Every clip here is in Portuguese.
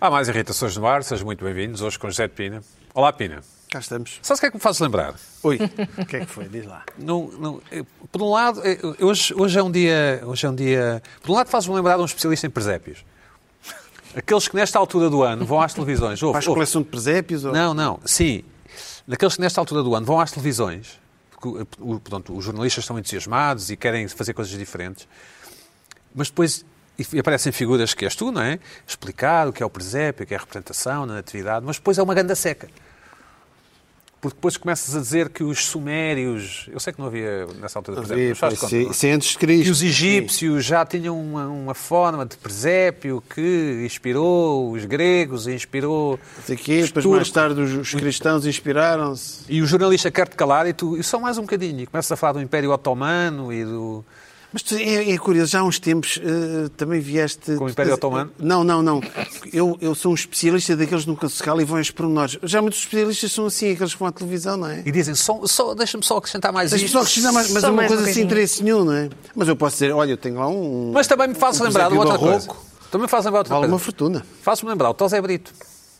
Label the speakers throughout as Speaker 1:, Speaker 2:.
Speaker 1: Há mais irritações no ar, sejam muito bem-vindos. Hoje com José de Pina. Olá, Pina.
Speaker 2: Cá estamos.
Speaker 1: Sabe o que é que me faz lembrar?
Speaker 2: Oi, o que é que foi? Diz lá.
Speaker 1: Não- não- eh, por um lado, eh, hoje, hoje é um dia. Hoje é um dia. Por um lado, faz-me lembrar um especialista em presépios. Aqueles que nesta altura do ano vão às televisões. Ouve,
Speaker 2: Faz
Speaker 1: ouve.
Speaker 2: coleção de presépios? Ou...
Speaker 1: Oh. Não, não, sim. Daqueles que nesta altura do ano vão às televisões, porque o- o- portanto, os jornalistas estão entusiasmados e querem fazer coisas diferentes, mas depois e- e aparecem figuras que és tu, não é? Explicar o que é o presépio, o que é a representação, na natividade, mas depois é uma ganda seca. Porque depois começas a dizer que os sumérios, eu sei que não havia nessa altura presépio,
Speaker 2: Havia,
Speaker 1: mas faz de
Speaker 2: pois,
Speaker 1: conta,
Speaker 2: sim,
Speaker 1: não é?
Speaker 2: sim, antes de
Speaker 1: que
Speaker 2: Cristo.
Speaker 1: os egípcios já tinham uma, uma forma de presépio que inspirou os gregos, inspirou
Speaker 2: Sim. Aqui,
Speaker 1: os
Speaker 2: depois
Speaker 1: turcos.
Speaker 2: mais tarde os, os cristãos inspiraram-se.
Speaker 1: E o jornalista quer-te calar e tu, e só mais um bocadinho, e começas a falar do Império Otomano e do...
Speaker 2: Mas tu- é, é curioso, já há uns tempos eh, também vieste...
Speaker 1: Com o Império Otomano?
Speaker 2: Não, não, não. Eu, eu sou um especialista daqueles que nunca se cala e vão aos pormenores. Já muitos especialistas são assim, aqueles que vão à televisão, não é?
Speaker 1: E dizem, só, só, deixa-me só acrescentar mais
Speaker 2: As
Speaker 1: isto.
Speaker 2: pessoas precisam mais, mas
Speaker 3: Só
Speaker 2: é uma
Speaker 3: mais um
Speaker 2: coisa sem
Speaker 3: bocadinho.
Speaker 2: interesse nenhum, não é? Mas eu posso dizer, olha, eu tenho lá um...
Speaker 1: Mas também me faz
Speaker 2: um
Speaker 1: lembrar de
Speaker 2: presépio
Speaker 1: outra coisa.
Speaker 2: barroco.
Speaker 1: Também me faz lembrar de outra
Speaker 2: Vale uma
Speaker 1: coisa.
Speaker 2: fortuna.
Speaker 1: Faz-me lembrar o Tosé Brito.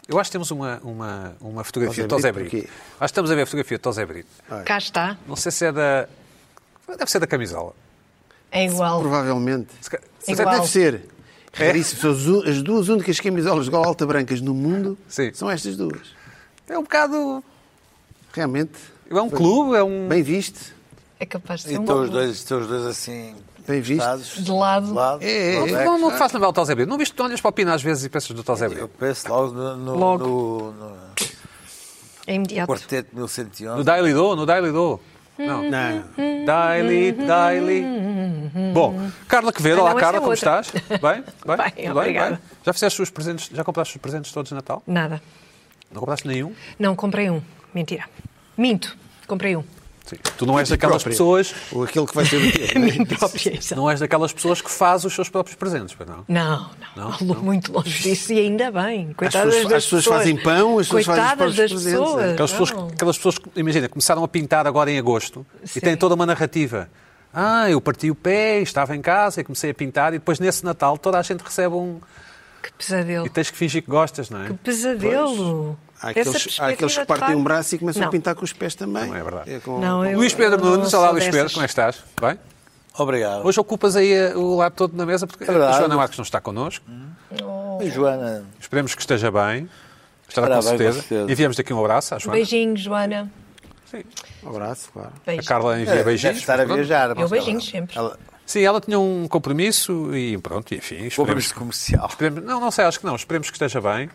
Speaker 1: Eu acho que temos uma, uma, uma fotografia de
Speaker 2: Tosé
Speaker 1: Tosé
Speaker 2: Brito,
Speaker 1: Brito.
Speaker 2: porquê?
Speaker 1: Acho que estamos a ver a fotografia de Tosé Brito.
Speaker 3: Cá está.
Speaker 1: Não sei se é da... Deve ser da camisola.
Speaker 3: É igual.
Speaker 2: Provavelmente.
Speaker 1: Se ca- se
Speaker 3: É
Speaker 1: calhar
Speaker 3: igual.
Speaker 2: Deve ser.
Speaker 1: É-
Speaker 2: Raríssimo. São as u- as duas únicas camisolas de gola alta brancas no mundo
Speaker 1: Sim.
Speaker 2: são estas duas.
Speaker 1: deve- É um bocado...
Speaker 2: Realmente,
Speaker 1: É um clube, é um...
Speaker 2: bem visto.
Speaker 3: É capaz de
Speaker 4: E
Speaker 3: ser um
Speaker 2: Então
Speaker 4: estão os
Speaker 3: bom-
Speaker 4: dois, estão os dois assim.
Speaker 2: Bem visto.
Speaker 4: Estados,
Speaker 3: De lado.
Speaker 2: É, é,
Speaker 1: Não,
Speaker 4: Onde
Speaker 2: é.
Speaker 4: que
Speaker 1: não, não te
Speaker 4: está?
Speaker 1: faz lembrar o Tosé Brito. Não viste, não olhas para o Pina às vezes e pensas do Tosé
Speaker 4: é Eu
Speaker 1: Brito.
Speaker 4: penso logo no, no,
Speaker 3: Logo.
Speaker 4: no- no
Speaker 3: É imediato.
Speaker 4: quarteto 1111.
Speaker 1: No Daily Do, no Daily Do. Não. Daily, daily. Bom, Carla Quevedo,
Speaker 3: Uhum. Ah,
Speaker 1: olá
Speaker 3: não, essa
Speaker 1: Carla,
Speaker 3: é
Speaker 1: como
Speaker 3: outra.
Speaker 1: estás? Bem?
Speaker 3: Bem,
Speaker 1: Tudo bem?
Speaker 3: obrigada.
Speaker 1: bem? Já fizeste os presentes, já compraste os presentes todos de Natal?
Speaker 3: Nada.
Speaker 1: Não compraste nenhum?
Speaker 3: Não, comprei um. Mentira. Minto. Comprei um.
Speaker 1: Sim. Tu não és daquelas pessoas,
Speaker 2: Ou aquele que vai ser o quê?
Speaker 3: Mim própria. exato.
Speaker 1: não és daquelas pessoas que faz os seus próprios presentes, pois não?
Speaker 3: Não, não.
Speaker 1: Não?
Speaker 3: Algo Muito longe disso. E ainda bem. Coitadas
Speaker 2: pessoas- as
Speaker 3: das
Speaker 2: pessoas fazem pão, as pessoas fazem os
Speaker 3: Coitadas
Speaker 2: próprios
Speaker 3: das
Speaker 2: presentes, é.
Speaker 3: pessoas.
Speaker 1: Aquelas pessoas,
Speaker 3: não.
Speaker 1: que- aquelas pessoas que, imagina, começaram a pintar agora em agosto
Speaker 3: Sim.
Speaker 1: e têm toda uma narrativa. Ah, eu parti o pé, estava em casa e comecei a pintar e depois nesse Natal toda a gente recebe um...
Speaker 3: Que pesadelo.
Speaker 1: E tens que fingir que gostas, não é?
Speaker 3: Que pesadelo.
Speaker 2: Há
Speaker 3: Essa
Speaker 2: aqueles, há aqueles
Speaker 3: perspectiva
Speaker 2: que partem
Speaker 3: de
Speaker 2: um braço e
Speaker 3: facto-
Speaker 2: começam
Speaker 3: Não.
Speaker 2: a pintar com os pés também.
Speaker 1: Não é verdade.
Speaker 2: com-
Speaker 3: Não, eu-
Speaker 1: Luís Pedro
Speaker 3: eu não
Speaker 1: Nunes, olá
Speaker 3: sou
Speaker 1: Luís Pedro,
Speaker 3: dessas.
Speaker 1: como é que estás? Bem?
Speaker 4: Obrigado.
Speaker 1: Hoje ocupas aí eh, o lado todo na mesa porque a
Speaker 4: É verdade. Hum.
Speaker 1: Joana Marques não está connosco.
Speaker 4: Joana,
Speaker 1: Esperemos que esteja bem. Estará
Speaker 4: Estará
Speaker 1: com,
Speaker 4: bem, com
Speaker 1: certeza.
Speaker 4: certeza.
Speaker 1: Enviamos aqui um abraço à Joana.
Speaker 3: Beijinho, Joana.
Speaker 2: Um abraço, claro.
Speaker 1: A
Speaker 3: Beijinho.
Speaker 1: Carla envia
Speaker 4: É, deve
Speaker 1: beijinhos.
Speaker 4: estar a
Speaker 1: mas pronto.
Speaker 4: viajar. mas
Speaker 3: beijinhos
Speaker 4: ela-
Speaker 3: sempre.
Speaker 4: ela-
Speaker 1: Sim, ela tinha um compromisso e pronto, enfim. Esperemos,
Speaker 4: Compromisso comercial.
Speaker 1: esperemos- não, não sei, acho que não. Esperemos que esteja bem.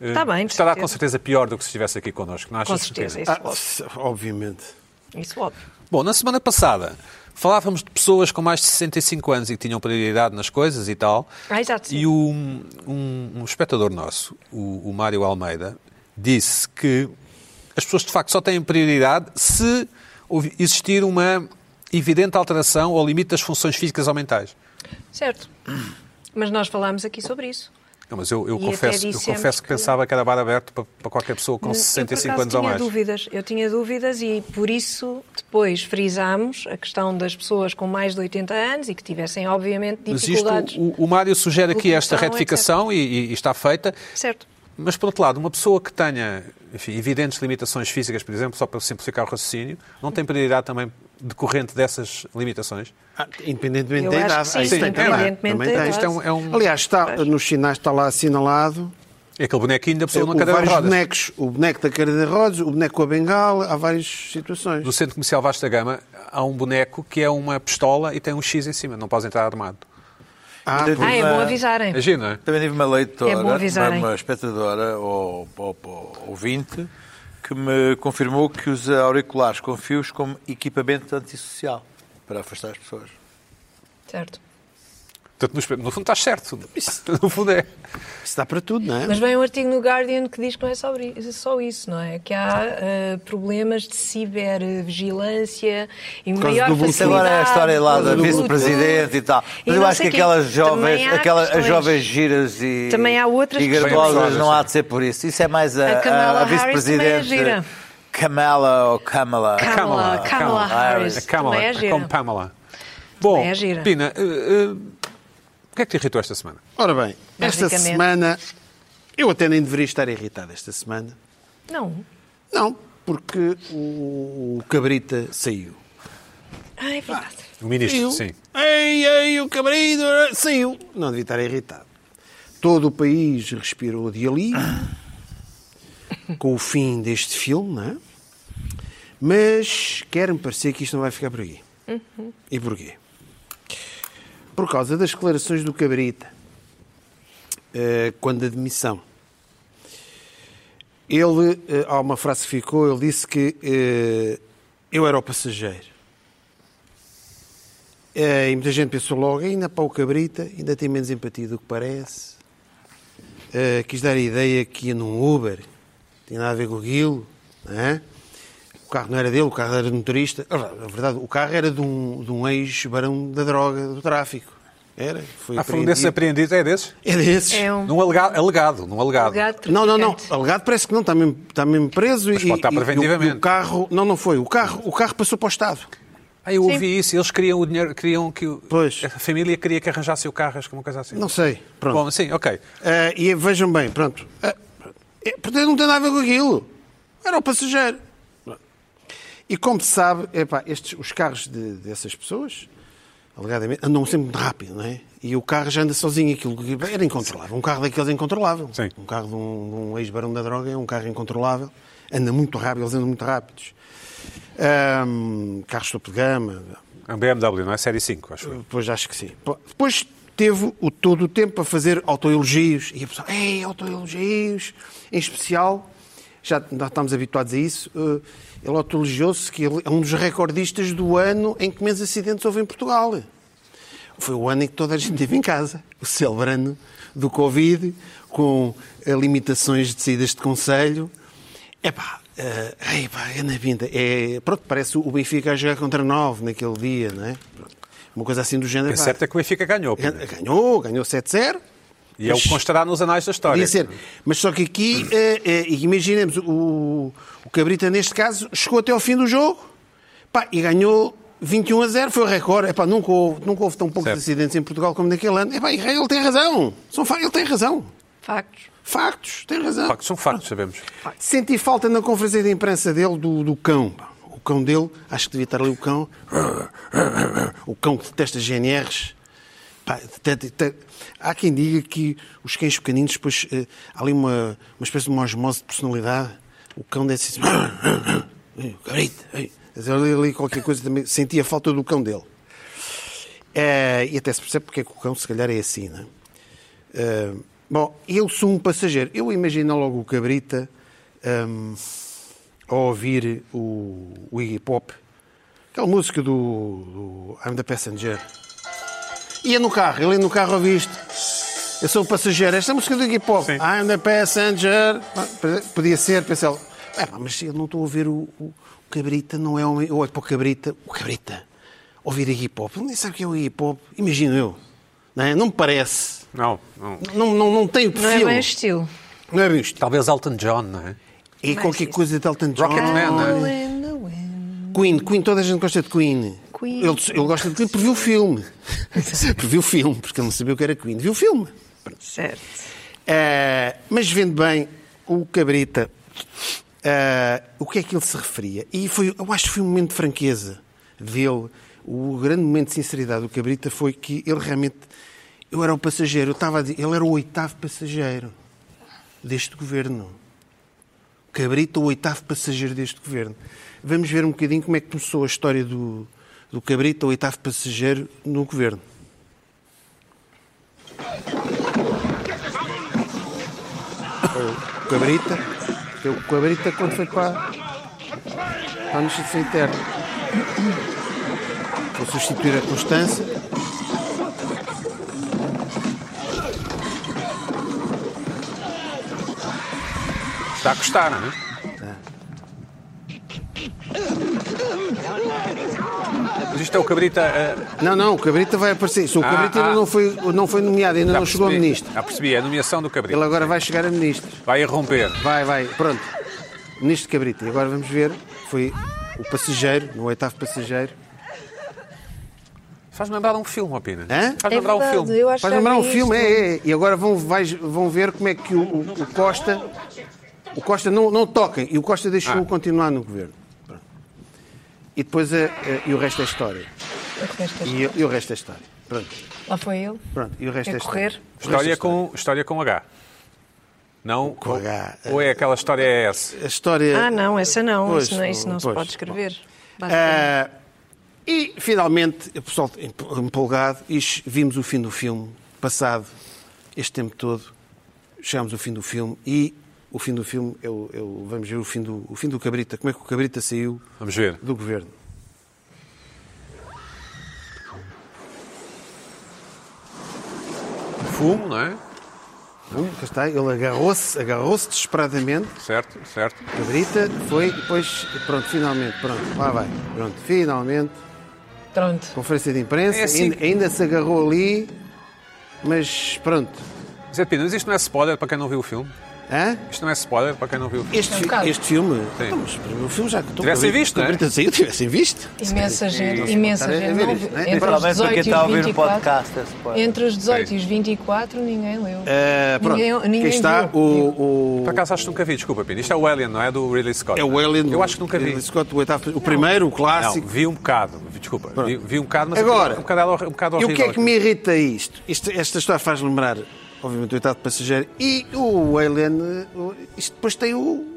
Speaker 1: Eh,
Speaker 3: Está Tá bem, de
Speaker 1: Estará
Speaker 3: certeza.
Speaker 1: com certeza pior do que se estivesse aqui connosco, não achas?
Speaker 3: Com certeza.
Speaker 1: Cristina?
Speaker 3: Isso,
Speaker 2: Ah, obviamente.
Speaker 3: isso óbvio.
Speaker 1: Bom, na semana passada falávamos de pessoas com mais de 65 anos e que tinham prioridade nas coisas e tal.
Speaker 3: Ah, exato, sim.
Speaker 1: E o- um, um espectador nosso, o, o Mário Almeida, disse que as pessoas de facto só têm prioridade se houve- existir uma evidente alteração ao limite das funções físicas ou mentais.
Speaker 3: Certo. Mas nós falámos aqui sobre isso.
Speaker 1: Não, mas eu, eu
Speaker 3: E até
Speaker 1: confesso, eu
Speaker 3: dissemos
Speaker 1: confesso que,
Speaker 3: que-
Speaker 1: pensava que era bar aberto para, para qualquer pessoa com
Speaker 3: Eu, por
Speaker 1: 65
Speaker 3: acaso,
Speaker 1: anos ou
Speaker 3: tinha
Speaker 1: mais.
Speaker 3: Dúvidas. Eu tinha dúvidas e por isso depois frisámos a questão das pessoas com mais de 80 anos e que tivessem, obviamente,
Speaker 1: Mas isto,
Speaker 3: dificuldades.
Speaker 1: o, o Mário sugere aqui esta
Speaker 3: Locomoção,
Speaker 1: retificação e- e- e está feita.
Speaker 3: Certo.
Speaker 1: Mas, por outro lado, uma pessoa que tenha enfim, evidentes limitações físicas, por exemplo, só para simplificar o raciocínio, não tem prioridade também decorrente dessas limitações?
Speaker 2: Ah, independentemente
Speaker 3: Eu
Speaker 2: da
Speaker 3: acho que
Speaker 2: idade.
Speaker 3: sim,
Speaker 2: Ah, isso
Speaker 1: sim,
Speaker 2: tem também.
Speaker 3: independentemente
Speaker 2: Também
Speaker 3: da
Speaker 2: tem.
Speaker 3: idade.
Speaker 1: Isto é um- é um-
Speaker 2: Aliás, está, nos sinais está lá assinalado.
Speaker 1: É aquele bonequinho da pessoa numa
Speaker 2: Houve
Speaker 1: cadeira de
Speaker 2: vários
Speaker 1: rodas.
Speaker 2: bonecos. O boneco da cadeira de rodas, o boneco com a bengala. Há várias situações.
Speaker 1: No centro comercial Vasta Gama há um boneco que é uma pistola e tem um X em cima, não podes entrar armado.
Speaker 2: Ah,
Speaker 4: Ainda
Speaker 2: pois.
Speaker 3: Ah, é
Speaker 4: Uma-
Speaker 3: bom avisarem.
Speaker 1: Imagina, não é?
Speaker 4: Também tive uma leitora,
Speaker 3: É bom avisarem.
Speaker 4: uma espectadora ou, ou- ou ouvinte, que me confirmou que os auriculares com fios como equipamento antissocial para afastar as pessoas.
Speaker 3: Certo.
Speaker 1: Portanto, no, espe- no fundo estás certo. No fundo é.
Speaker 2: Isso dá para tudo, não é?
Speaker 3: Mas vem um artigo no Guardian que diz que não é sobre isso- só isso, não é? Que há ah, problemas de cibervigilância e
Speaker 2: causa
Speaker 3: maior
Speaker 2: do Bluetooth.
Speaker 3: facilidade.
Speaker 4: Agora é a história lá
Speaker 3: por
Speaker 4: da
Speaker 3: causa do
Speaker 4: vice-presidente
Speaker 3: Bluetooth.
Speaker 4: e tal.
Speaker 3: E
Speaker 4: Mas eu
Speaker 3: não
Speaker 4: acho
Speaker 3: sei
Speaker 4: que
Speaker 3: quê.
Speaker 4: aquelas jovens,
Speaker 3: Também há
Speaker 4: aquelas as
Speaker 3: questões.
Speaker 4: jovens giras e,
Speaker 3: Também há outras
Speaker 4: e
Speaker 3: questões.
Speaker 4: garbosas não há de ser por isso. Isso é mais a,
Speaker 3: A Kamala
Speaker 4: a- a
Speaker 3: Harris
Speaker 4: vice-presidente
Speaker 3: também é gira.
Speaker 4: Kamala ou Kamala.
Speaker 3: Kamala, Kamala,
Speaker 1: Kamala
Speaker 3: Harris.
Speaker 1: A Kamala,
Speaker 3: Também é gira.
Speaker 1: como Pamela. Bom,
Speaker 3: é gira.
Speaker 1: Pina, eh, eh, o que é que te irritou esta semana?
Speaker 2: Ora bem, esta
Speaker 3: Basicamente.
Speaker 2: semana Eu até nem deveria estar irritado esta semana.
Speaker 3: Não.
Speaker 2: Não, porque o, o Cabrita saiu.
Speaker 3: Ah, é verdade.
Speaker 1: O ministro,
Speaker 2: Saiu.
Speaker 1: sim.
Speaker 2: Ei, ei, o Cabrita saiu. Não devia estar irritado. Todo o país respirou de alívio com o fim deste filme, não é? Mas quer-me parecer que isto não vai ficar por aí. E porquê? Por causa das declarações do Cabrita, eh, quando a demissão. Ele, eh, há uma frase que ficou, ele disse que eh, eu era o passageiro. Eh, E muita gente pensou logo, ainda para o Cabrita, ainda tem menos empatia do que parece. Eh, quis dar a ideia que ia num Uber, tinha nada a ver com o Guilo, não é? O carro não era dele, o carro era do motorista. Ah, Na verdade, o carro era de um, de um ex-barão da droga, do tráfico. Era, foi
Speaker 1: Ah, foi um desses
Speaker 2: apreendido.
Speaker 1: apreendidos, é desses?
Speaker 2: É desses.
Speaker 3: É um
Speaker 1: Num alega- alegado, num alegado.
Speaker 3: legado
Speaker 2: Não, não, não.
Speaker 3: traficante.
Speaker 2: Alegado parece que não, está mesmo, está mesmo preso e,
Speaker 1: pode estar
Speaker 2: e- e o-
Speaker 1: preventivamente.
Speaker 2: e o carro. Não, não foi. O carro, o carro passou para o Estado.
Speaker 1: Ah, eu ouvi isso, eles queriam o dinheiro, queriam que o-
Speaker 2: Pois.
Speaker 1: a família queria que arranjasse o carro, acho que uma coisa assim.
Speaker 2: Não sei. Pronto.
Speaker 1: Bom, sim, ok.
Speaker 2: Ah, e vejam bem, pronto. Ah, é, portanto, não tem nada a ver com aquilo. Era o passageiro. Pronto. E como se sabe, epá, estes, os carros de- dessas pessoas, alegadamente, andam sempre muito rápido, não é? E o carro já anda sozinho, aquilo que- era incontrolável. Um carro daqueles é incontrolável.
Speaker 1: Sim.
Speaker 2: Um carro de um, de um ex-barão da droga é um carro incontrolável. Anda muito rápido, eles andam muito rápidos. Ahm, carros topo de gama,
Speaker 1: É um BMW, não é? Série 5, acho eu.
Speaker 2: Pois acho que sim. Po- Depois teve o todo o tempo a fazer autoelogios. E a pessoa, ei, autoelogios. Em especial, já t- nós estamos habituados a isso, eh, ele autoelogiou-se que ele é um dos recordistas do ano em que menos acidentes houve em Portugal. Foi o ano em que toda a gente esteve em casa, o celebrando do Covid, com eh, limitações de saídas de conselho. Epá, eh, ei, pá, é na vinda. É, pronto, parece o Benfica a jogar contra nove naquele dia, não é? Pronto. Uma coisa assim do género.
Speaker 1: É
Speaker 2: pá,
Speaker 1: certo é que o Benfica ganhou. pô.
Speaker 2: Ganhou, ganhou 7-0.
Speaker 1: E é o que constará nos anais da história.
Speaker 2: Podia ser. Mas só que aqui, eh, eh, imaginemos, o, o Cabrita, neste caso, chegou até ao fim do jogo pá, e ganhou 21 a 0. Foi o recorde. Epá, nunca, houve, nunca houve tão poucos
Speaker 1: Certo.
Speaker 2: acidentes em Portugal como naquele ano. Epá, e ele tem razão. São fa- ele tem razão.
Speaker 3: Factos.
Speaker 2: Factos, tem razão.
Speaker 1: Factos são factos, sabemos.
Speaker 2: Senti falta na conferência de imprensa dele do, do cão. O cão dele, acho que devia estar ali o cão. O cão que detesta GNRs. Pá, detesta- detesta- Há quem diga que os cães pequeninos, depois, eh, há ali uma, uma espécie de uma osmose de personalidade. O cão deve ser assim. Cabrito, ei. Mas eu li ali qualquer coisa também. Sentia falta do cão dele. Eh, e até se percebe porque é que o cão, se calhar, é assim, não é? Ah, bom, eu sou um passageiro. Eu imagino logo o Cabrita ahm, a ouvir o, o Iggy Pop, aquela música do, do I'm the Passenger. Ia no carro, ele ia no carro a ouvir isto. Eu sou o passageiro. Esta é a música do Iggy Pop.
Speaker 1: Sim.
Speaker 2: I'm the Passenger. Ah, Podia ser, pensei, é, pá, mas eu não estou a ouvir o, o- o Cabrita, não é homem. Eu olho para o Cabrita, o Cabrita, ouvir Iggy Pop. Ele nem sabe o que é o Iggy Pop, imagino eu. Não, é? não me parece.
Speaker 1: Não, não.
Speaker 2: Não, não, não tem o
Speaker 3: Não é
Speaker 2: perfil.
Speaker 3: bem estilo.
Speaker 2: Não é bem isto.
Speaker 1: Talvez Elton John, não é?
Speaker 2: E
Speaker 3: Não é
Speaker 2: qualquer
Speaker 3: isso.
Speaker 2: coisa de Elton John.
Speaker 1: Rocketman, não é?
Speaker 3: In the wind.
Speaker 2: Queen, Queen, toda a gente gosta de Queen.
Speaker 3: Queen.
Speaker 2: Ele, ele gosta de Queen porque viu o filme. porque viu o filme, porque ele não sabia o que era Queen. Viu o filme.
Speaker 3: Certo.
Speaker 2: Eh, mas vendo bem o Cabrita, eh, o que é que ele se referia? E foi, eu acho que foi um momento de franqueza dele. O grande momento de sinceridade do Cabrita foi que ele realmente. Eu era o passageiro, eu estava a dizer, ele era o oitavo passageiro deste governo. Cabrita, o oitavo passageiro deste governo. Vamos ver um bocadinho como é que começou a história do, do Cabrita, o oitavo passageiro no governo. O Cabrita, foi o Cabrita quando foi para, para a Justiça Interna. Foi substituir a Constância.
Speaker 1: Está a custar, não é? Mas isto é o Cabrita. ah,
Speaker 2: Não, não, o Cabrita vai aparecer. Só o
Speaker 1: Ah,
Speaker 2: Cabrita
Speaker 1: ah.
Speaker 2: ainda não foi, não foi nomeado, ainda
Speaker 1: já
Speaker 2: não chegou a
Speaker 1: percebi.
Speaker 2: ministro.
Speaker 1: Já percebi, é a nomeação do Cabrita.
Speaker 2: Ele agora vai chegar a ministro.
Speaker 1: Vai irromper.
Speaker 2: Vai, vai, pronto. Ministro Cabrita. E agora vamos ver. Foi o passageiro, no oitavo passageiro.
Speaker 1: Faz-me lembrar um filme, opina.
Speaker 2: Hã?
Speaker 1: Faz-me lembrar um
Speaker 3: É verdade,
Speaker 1: filme.
Speaker 3: eu acho
Speaker 2: Faz
Speaker 3: que já
Speaker 2: lembrar um
Speaker 3: vi
Speaker 2: filme,
Speaker 3: isto.
Speaker 2: é, é. E agora vão, vais- vão ver como é que o, o- o Costa. O Costa não, não toca e o Costa
Speaker 1: Ah.
Speaker 2: deixou-o continuar no governo. Pronto. E depois é, é, e o resto é história. E, e o resto é história. Pronto,
Speaker 3: Lá foi ele.
Speaker 2: pronto. E o resto
Speaker 3: É
Speaker 2: é, história. O
Speaker 3: correr.
Speaker 2: resto é
Speaker 1: História com, história com H. Não?
Speaker 2: Com H.
Speaker 1: Ou é aquela história S?
Speaker 2: A história.
Speaker 3: Ah, não, essa não.
Speaker 2: Pois,
Speaker 3: isso não, é isso não se
Speaker 2: pois.
Speaker 3: pode escrever.
Speaker 2: Ah,
Speaker 3: basicamente.
Speaker 2: e finalmente, o pessoal em- empolgado, e ch- vimos o fim do filme, passado este tempo todo, chegámos ao fim do filme e o fim do filme, é o- é o- vamos ver o fim, do, o fim do Cabrita, como é que o Cabrita saiu
Speaker 1: Vamos ver.
Speaker 2: do governo.
Speaker 1: Fumo, não é?
Speaker 2: Bom, Hum, cá está, ele agarrou-se, agarrou-se desesperadamente,
Speaker 1: Certo, certo.
Speaker 2: o Cabrita foi, e depois, pronto, finalmente, pronto, lá vai, pronto, finalmente,
Speaker 3: Pronto.
Speaker 2: conferência de imprensa,
Speaker 1: É assim-
Speaker 2: ainda, ainda se agarrou ali, mas pronto,
Speaker 1: Zé Pina, mas isto não é spoiler para quem não viu o filme?
Speaker 2: hã?
Speaker 1: Isto não é spoiler para quem não viu o filme?
Speaker 2: Este,
Speaker 3: É um
Speaker 2: fi-
Speaker 3: bocado.
Speaker 2: este filme.
Speaker 1: Sim.
Speaker 2: Não, mas para mim o filme já que
Speaker 1: Tivessem visto, não é?
Speaker 2: saiu, tivessem visto.
Speaker 3: Imensa gente, imensa
Speaker 2: contar a
Speaker 3: gente.
Speaker 2: ver
Speaker 3: não
Speaker 2: isto,
Speaker 3: vi-
Speaker 2: não é?
Speaker 3: Entre os
Speaker 4: Principalmente para
Speaker 3: 18
Speaker 4: quem
Speaker 2: porque
Speaker 3: e
Speaker 4: está a ouvir
Speaker 3: os
Speaker 4: o
Speaker 3: 24.
Speaker 4: podcast. é spoiler.
Speaker 3: Entre os 18
Speaker 1: Sim.
Speaker 3: e os 24, ninguém leu.
Speaker 2: Ah, pronto.
Speaker 3: Ninguém- ninguém
Speaker 2: Quem está
Speaker 3: viu.
Speaker 2: o, o-
Speaker 1: Por acaso acho que nunca vi, desculpa, Pina. Isto é o Alien, não é? Do Ridley Scott.
Speaker 2: é o Alien.
Speaker 1: Eu acho que nunca vi.
Speaker 2: Ridley Scott, o, oitavo- o primeiro, o
Speaker 1: Não,
Speaker 2: clássico.
Speaker 1: vi um bocado. vi- Desculpa, vi, vi um bocado, mas
Speaker 2: Agora,
Speaker 1: um bocado, hor- um bocado
Speaker 2: e
Speaker 1: horrível.
Speaker 2: o que é que
Speaker 1: aquilo.
Speaker 2: me irrita é isto? Isto- Esta história faz lembrar, obviamente, o oitavo passageiro e o Alien. o- Isto depois tem o.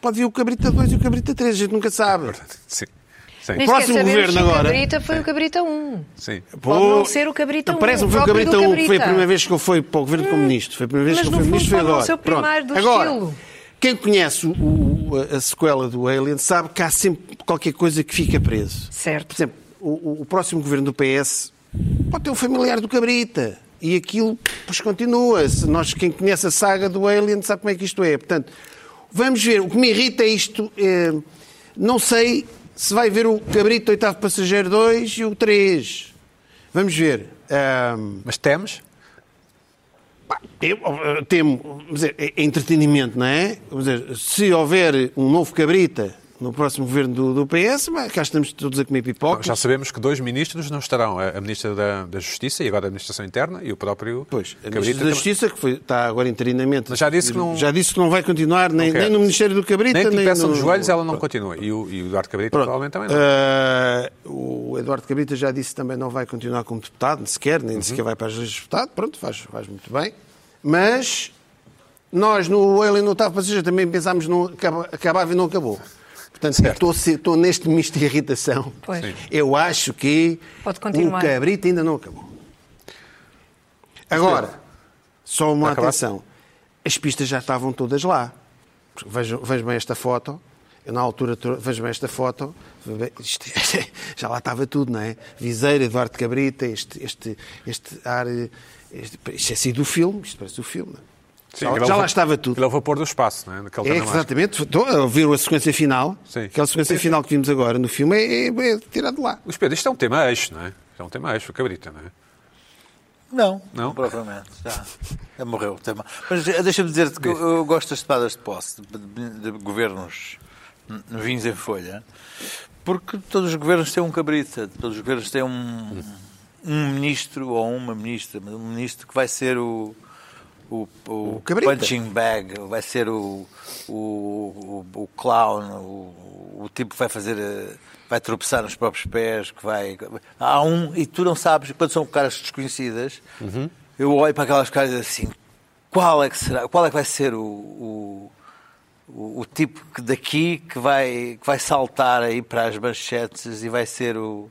Speaker 2: Pode vir o Cabrita 2 e o Cabrita 3, a gente nunca sabe.
Speaker 1: Sim, sim,
Speaker 3: Nem sequer
Speaker 2: próximo
Speaker 3: sabemos
Speaker 2: governo
Speaker 3: se
Speaker 2: agora.
Speaker 3: O Cabrita foi o Cabrita 1.
Speaker 1: sim.
Speaker 3: Pode não ser o Cabrita um,
Speaker 2: Parece
Speaker 3: o
Speaker 2: um filme
Speaker 3: próprio do
Speaker 2: Cabrita 1, que foi a
Speaker 3: Cabrita. Hum.
Speaker 2: primeira vez que ele foi para o governo como ministro. Foi a primeira vez que
Speaker 3: mas
Speaker 2: ele
Speaker 3: no
Speaker 2: foi
Speaker 3: fundo
Speaker 2: ministro, foi
Speaker 3: pode não
Speaker 2: agora.
Speaker 3: ser o primeiro
Speaker 2: Pronto.
Speaker 3: do
Speaker 2: agora,
Speaker 3: estilo.
Speaker 2: Quem conhece o- o- a- a sequela do Alien sabe que há sempre qualquer coisa que fica preso. Por
Speaker 3: Certo.
Speaker 2: exemplo, o, o- o próximo governo do PS pode ter um familiar do Cabrita. E aquilo, pois, continua. Se nós, quem conhece a saga do Alien, sabe como é que isto é. Portanto, vamos ver. O que me irrita é isto. eh, não sei se vai ver o Cabrita, oitavo passageiro 2 e o 3. Vamos ver. Ahm,
Speaker 1: Mas temes?
Speaker 2: eu, eh, temo, vamos dizer, é é entretenimento, não é? Vamos dizer, se houver um novo cabrita no próximo governo do, do PS, bem, cá estamos todos a comer pipoca.
Speaker 1: Já sabemos que dois ministros não estarão. A a Ministra da, da Justiça e agora a Administração Interna e o próprio
Speaker 2: Pois, a
Speaker 1: Cabrita
Speaker 2: Ministra da
Speaker 1: também.
Speaker 2: Justiça, que foi- está agora interinamente,
Speaker 1: Mas já disse que não-
Speaker 2: já disse que não vai continuar nem,
Speaker 1: Não quer.
Speaker 2: nem no Ministério do Cabrita,
Speaker 1: Nem que lhe peçam
Speaker 2: no...
Speaker 1: dos joelhos, ela não continua. E o, e o Eduardo Cabrita
Speaker 2: Pronto.
Speaker 1: provavelmente também não.
Speaker 2: Ah, o Eduardo Cabrita já disse que também não vai continuar como deputado, nem sequer, nem
Speaker 1: Uhum.
Speaker 2: sequer vai para as leis de deputado. Pronto, faz, faz muito bem. Mas nós, no Alien no Oitavo Passageiro, também pensámos não acaba- acabava e não acabou. Portanto, eu estou, se- estou neste misto de irritação.
Speaker 3: Pois. Sim.
Speaker 2: Eu acho que
Speaker 3: Pode
Speaker 2: o
Speaker 3: continuar.
Speaker 2: Cabrita ainda não acabou. Agora, só uma
Speaker 1: Acabar?
Speaker 2: atenção. As pistas já estavam todas lá. Vejam, vejam bem esta foto. Eu, na altura, tro- vejam bem esta foto. Isto- é, já lá estava tudo, não é? Viseira, Eduardo Cabrita, este, este, este ar... eh, Este, isto é assim do filme. Isto parece do filme. não é?
Speaker 1: Sim,
Speaker 2: já,
Speaker 1: aquele
Speaker 2: já
Speaker 1: é o-
Speaker 2: lá estava tudo.
Speaker 1: aquele É o vapor do espaço, não é? Daquele
Speaker 2: É,
Speaker 1: também mais.
Speaker 2: exatamente. Estou a ouvir a sequência final.
Speaker 1: Sim.
Speaker 2: Aquela sequência final que vimos agora no filme é, é, é tirada de lá.
Speaker 1: Luís Pedro, isto é um tema eixo, não é? Isto é um tema eixo, o Cabrita, não é?
Speaker 4: Não,
Speaker 1: Não?
Speaker 4: propriamente. Já, já morreu o tema. Mas eh, deixa-me dizer-te que eu, eu gosto das tomadas de posse de, de- de governos hum, vinhos em folha, porque todos os governos têm um cabrita, todos os governos têm um, um ministro ou uma ministra, mas um ministro que vai ser o. O, o,
Speaker 2: O cabrita.
Speaker 4: punching bag vai ser o, o, o, o clown, o, o tipo que vai fazer, eh, vai tropeçar nos próprios pés, que vai. Há um, e tu não sabes, quando são caras desconhecidas,
Speaker 1: Uhum.
Speaker 4: eu olho para aquelas caras e digo assim, qual é que será, qual é que vai ser o, o, o- o tipo que daqui que vai, que vai saltar aí para as manchetes e vai ser o,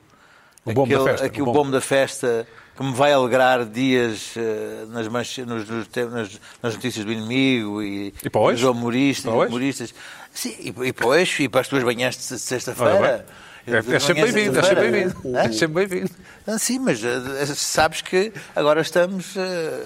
Speaker 1: O bombo da
Speaker 4: aquele-
Speaker 1: festa,
Speaker 4: aquele
Speaker 1: o bombo.
Speaker 4: bombo da festa que me vai alegrar dias eh, nas, manche- nos- nos te- nas- nas notícias do inimigo e,
Speaker 1: E para hoje?
Speaker 4: nos humoristas,
Speaker 1: Para hoje?
Speaker 4: humoristas. Sim, e, e para hoje, e para as tuas manhãs de se-
Speaker 1: Ora
Speaker 4: sexta-feira.
Speaker 1: bem. É, é sempre
Speaker 4: Manhãs de
Speaker 1: bem-vindo, é sempre
Speaker 4: sexta-feira.
Speaker 1: bem-vindo.
Speaker 4: Hã?
Speaker 1: É sempre bem-vindo.
Speaker 4: Ah, sim, mas eh, sabes que agora estamos. eh,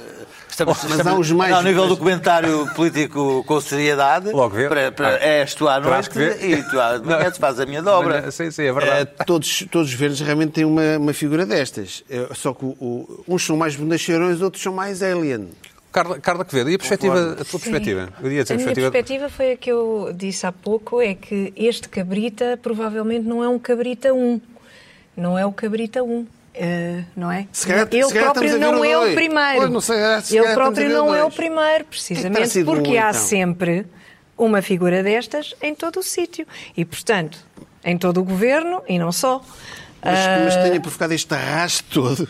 Speaker 4: estamos,
Speaker 2: mas
Speaker 4: estamos
Speaker 2: há os mais-
Speaker 4: ao nível do comentário político com seriedade.
Speaker 1: Logo ver.
Speaker 4: Para, para,
Speaker 1: Ah.
Speaker 4: és tu à
Speaker 1: Terás
Speaker 4: noite
Speaker 1: que ver.
Speaker 4: e tu à de manhã
Speaker 1: Não.
Speaker 4: tu fazes a minha dobra.
Speaker 1: Mas, Sim, sim, é verdade.
Speaker 2: Eh, todos, todos os verdes realmente têm uma, uma figura destas. Eh, só que o- o- uns são mais bonacheirões, outros são mais alien.
Speaker 1: Carla, Carla Quevedo, e a, perspectiva, a tua
Speaker 3: Sim.
Speaker 1: perspectiva? Eu ia dizer a
Speaker 3: a minha
Speaker 1: perspectiva.
Speaker 3: perspectiva foi a que eu disse há pouco, é um. que este cabrita provavelmente não é um cabrita 1. Não é o cabrita 1. eh, não é?
Speaker 2: Se calhar-
Speaker 3: ele
Speaker 2: se calhar
Speaker 3: próprio
Speaker 2: estamos a ver
Speaker 3: não
Speaker 2: o
Speaker 3: é o
Speaker 2: dois.
Speaker 3: primeiro.
Speaker 2: Pois, não sei, se calhar estamos
Speaker 3: ele
Speaker 2: a
Speaker 3: próprio
Speaker 2: ver o
Speaker 3: não é o
Speaker 2: dois.
Speaker 3: primeiro,
Speaker 2: Que terá
Speaker 3: precisamente
Speaker 2: sido
Speaker 3: porque
Speaker 2: um,
Speaker 3: há
Speaker 2: então?
Speaker 3: sempre uma figura destas em todo o sítio. E, portanto, em todo o governo e não só. Ah.
Speaker 2: Mas, mas tenha provocado este arrasto todo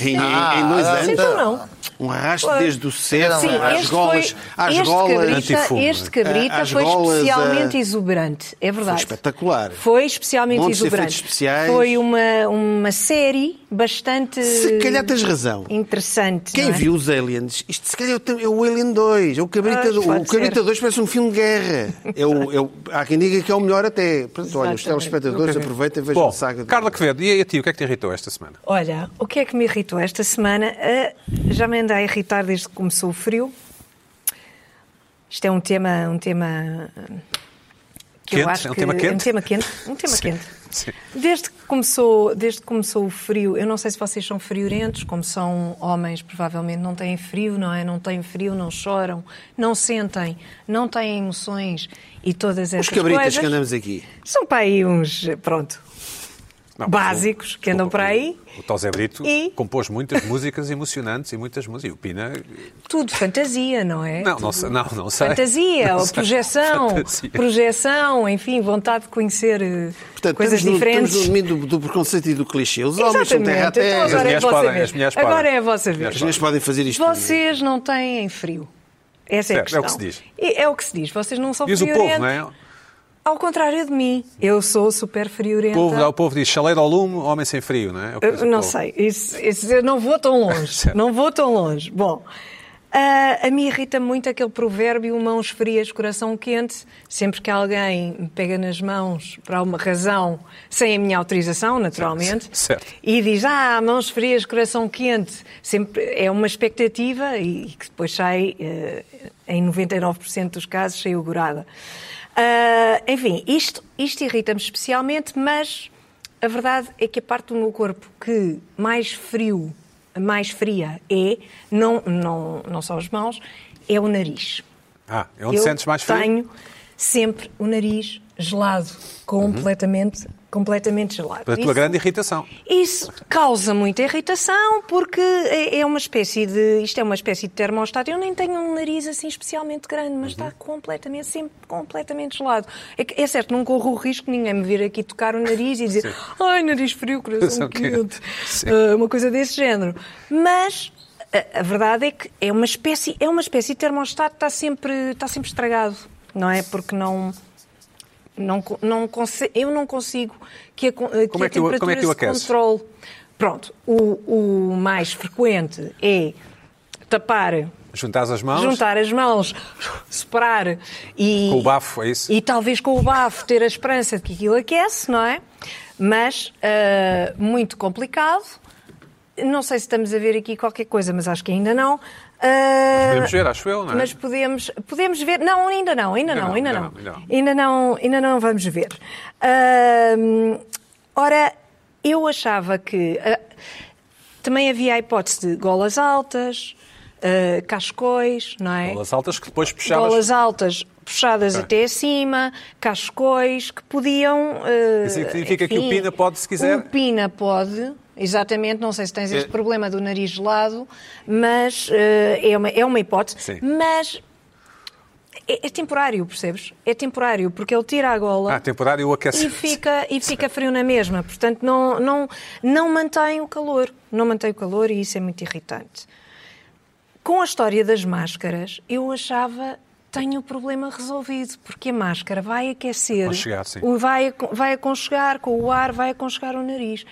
Speaker 2: em, em- em dois
Speaker 4: Ah,
Speaker 2: anos.
Speaker 3: então não.
Speaker 2: Um arrasto
Speaker 3: Pois.
Speaker 2: desde o cedo,
Speaker 3: Sim,
Speaker 2: é? às
Speaker 3: este
Speaker 2: golas,
Speaker 3: foi,
Speaker 2: às
Speaker 3: este
Speaker 2: golas.
Speaker 3: cabrita,
Speaker 1: Antifumo.
Speaker 3: este cabrita
Speaker 2: Ah, às
Speaker 3: foi
Speaker 2: golas,
Speaker 3: especialmente
Speaker 2: ah,
Speaker 3: exuberante, é verdade.
Speaker 2: espetacular.
Speaker 3: Foi especialmente
Speaker 2: Montes de
Speaker 3: exuberante.
Speaker 2: efeitos especiais.
Speaker 3: Foi uma, uma série bastante
Speaker 2: Se calhar tens razão.
Speaker 3: interessante.
Speaker 2: Quem
Speaker 3: não é?
Speaker 2: viu os aliens, isto se calhar é o tem- é o Alien 2, é o Cabrita,
Speaker 3: Ah,
Speaker 2: do-
Speaker 3: pode
Speaker 2: o Cabrita
Speaker 3: ser.
Speaker 2: 2 parece um filme de guerra. É o, é o- há quem diga que é o melhor até. Pronto, olha, os
Speaker 3: Exatamente.
Speaker 2: telespectadores aproveitem e vejam
Speaker 1: Bom,
Speaker 2: a saga. do-
Speaker 1: Carla Quevedo, e a ti, o que é que te irritou esta semana?
Speaker 3: Olha, o que é que me irritou esta semana? Ah, já me anda a irritar desde que começou o frio. Isto é um tema, um tema ah, que eu
Speaker 1: Quente?
Speaker 3: acho
Speaker 1: É um
Speaker 3: que
Speaker 1: tema quente?
Speaker 3: um tema quente, um tema quente.
Speaker 1: Sim.
Speaker 3: Desde que começou, desde que começou o frio, eu não sei se vocês são friorentos, como são homens, provavelmente não têm frio, não é? Não têm frio, não choram, não sentem, não têm emoções e todas essas
Speaker 2: Os cabritas
Speaker 3: coisas.
Speaker 2: que andamos aqui.
Speaker 3: São para aí uns, pronto,
Speaker 1: Não,
Speaker 3: básicos que andam por aí.
Speaker 1: O, o Tozé Brito
Speaker 3: E-
Speaker 1: compôs muitas músicas emocionantes e muitas músicas. E o Pina.
Speaker 3: Tudo fantasia, não é?
Speaker 1: Não, não, sei- não, não sei.
Speaker 3: Fantasia,
Speaker 1: Não
Speaker 3: ou
Speaker 1: sei.
Speaker 3: projeção,
Speaker 1: Fantasia.
Speaker 3: projeção, enfim, vontade de conhecer eh,
Speaker 2: Portanto,
Speaker 3: coisas
Speaker 2: estamos no-
Speaker 3: diferentes.
Speaker 2: estamos no domínio do, do preconceito e do clichê. Os homens são terra a
Speaker 3: Exatamente. Então
Speaker 2: terra.
Speaker 3: agora é a
Speaker 1: mulheres
Speaker 3: vossa
Speaker 1: podem,
Speaker 3: vez.
Speaker 1: as mulheres
Speaker 3: Agora
Speaker 1: podem.
Speaker 3: é a vossa
Speaker 1: As
Speaker 3: vez.
Speaker 2: As mulheres podem fazer isto.
Speaker 3: Vocês não têm frio. Essa é a
Speaker 1: Certo, é
Speaker 3: questão.
Speaker 1: o que se diz.
Speaker 3: E é o que se diz. Vocês não são
Speaker 1: Diz o
Speaker 3: friorentos.
Speaker 1: povo, não é?
Speaker 3: Ao contrário de mim. Eu sou super
Speaker 1: O
Speaker 3: friorenta.
Speaker 1: povo, o povo diz chaleiro ao lume, homem sem frio, não é? É o que diz
Speaker 3: Eu
Speaker 1: o
Speaker 3: não
Speaker 1: povo.
Speaker 3: sei, isso, isso- eu não vou tão longe.
Speaker 1: Certo.
Speaker 3: não vou tão longe. Bom, ah, a mim irrita muito aquele provérbio mãos frias, coração quente. Sempre que alguém me pega nas mãos por alguma razão, sem a minha autorização, naturalmente,
Speaker 1: Certo.
Speaker 3: e diz ah, mãos frias, coração quente, sempre é uma expectativa e, e que depois sai, eh, em 99% dos casos, saiu gorada. Ah, enfim, isto, isto irrita-me especialmente, mas a verdade é que a parte do meu corpo que mais frio, mais fria é, não, não, não são as mãos, é o nariz.
Speaker 1: Ah, é onde
Speaker 3: Eu
Speaker 1: sentes mais frio?
Speaker 3: Tenho sempre o nariz gelado, completamente, completamente gelado.
Speaker 1: Para a tua
Speaker 3: Isso-
Speaker 1: grande irritação.
Speaker 3: isso causa muita irritação porque é é uma espécie de. Isto é uma espécie de termostato. Eu nem tenho um nariz assim especialmente grande, mas está completamente, sempre completamente gelado. É, que- é certo, não corro o risco de ninguém me vir aqui tocar o nariz e dizer ai, nariz frio,
Speaker 1: Coração
Speaker 3: coração
Speaker 1: quente."
Speaker 3: quente.
Speaker 1: Sim.
Speaker 3: Ah, uma coisa desse género. Mas. a- A verdade é que é uma espécie, é uma espécie de termostato que está sempre, está sempre estragado, não é? Porque não, não, co- não conse- eu não consigo que a, con- que
Speaker 1: Como
Speaker 3: a
Speaker 1: é que o-
Speaker 3: temperatura
Speaker 1: como é que o
Speaker 3: se
Speaker 1: aqueces?
Speaker 3: controle. Pronto, o, o mais frequente é tapar,
Speaker 1: Juntas as mãos,
Speaker 3: juntar as mãos, separar e...
Speaker 1: com o bafo, é isso?
Speaker 3: E talvez com o bafo ter a esperança de que aquilo aquece, não é? Mas ah, muito complicado. Não sei se estamos a ver aqui qualquer coisa, mas acho que ainda não. Ah,
Speaker 1: Podemos ver, acho eu, não é?
Speaker 3: mas podemos, podemos ver. Não, ainda não, ainda, não, ainda não.
Speaker 1: ainda não.
Speaker 3: Ainda não, ainda não vamos ver. Ahm, ora, eu achava que. ah, também havia a hipótese de golas altas, ah, cascóis, não é?
Speaker 1: Bolas altas que depois puxavas.
Speaker 3: Golas altas puxadas
Speaker 1: Ok.
Speaker 3: até acima, cascóis que podiam. eh,
Speaker 1: Isso significa que o
Speaker 3: enfim,
Speaker 1: Pina pode, se quiser. É.
Speaker 3: O Pina pode, exatamente. Não sei se tens este problema do nariz gelado, mas eh, é, uma, é uma hipótese.
Speaker 1: Sim.
Speaker 3: Mas é, é temporário, percebes? É temporário, porque ele tira a gola.
Speaker 1: Ah, temporário ou
Speaker 3: E
Speaker 1: aquecimento.
Speaker 3: fica, e fica frio na mesma. Portanto, não, não, não mantém o calor. Não mantém o calor e isso é muito irritante. Com a história das máscaras, eu achava tenho o problema resolvido, porque a máscara vai aquecer,
Speaker 1: Aconchegar, sim.
Speaker 3: o- vai, acon- vai aconchegar com o ar, vai aconchegar o nariz.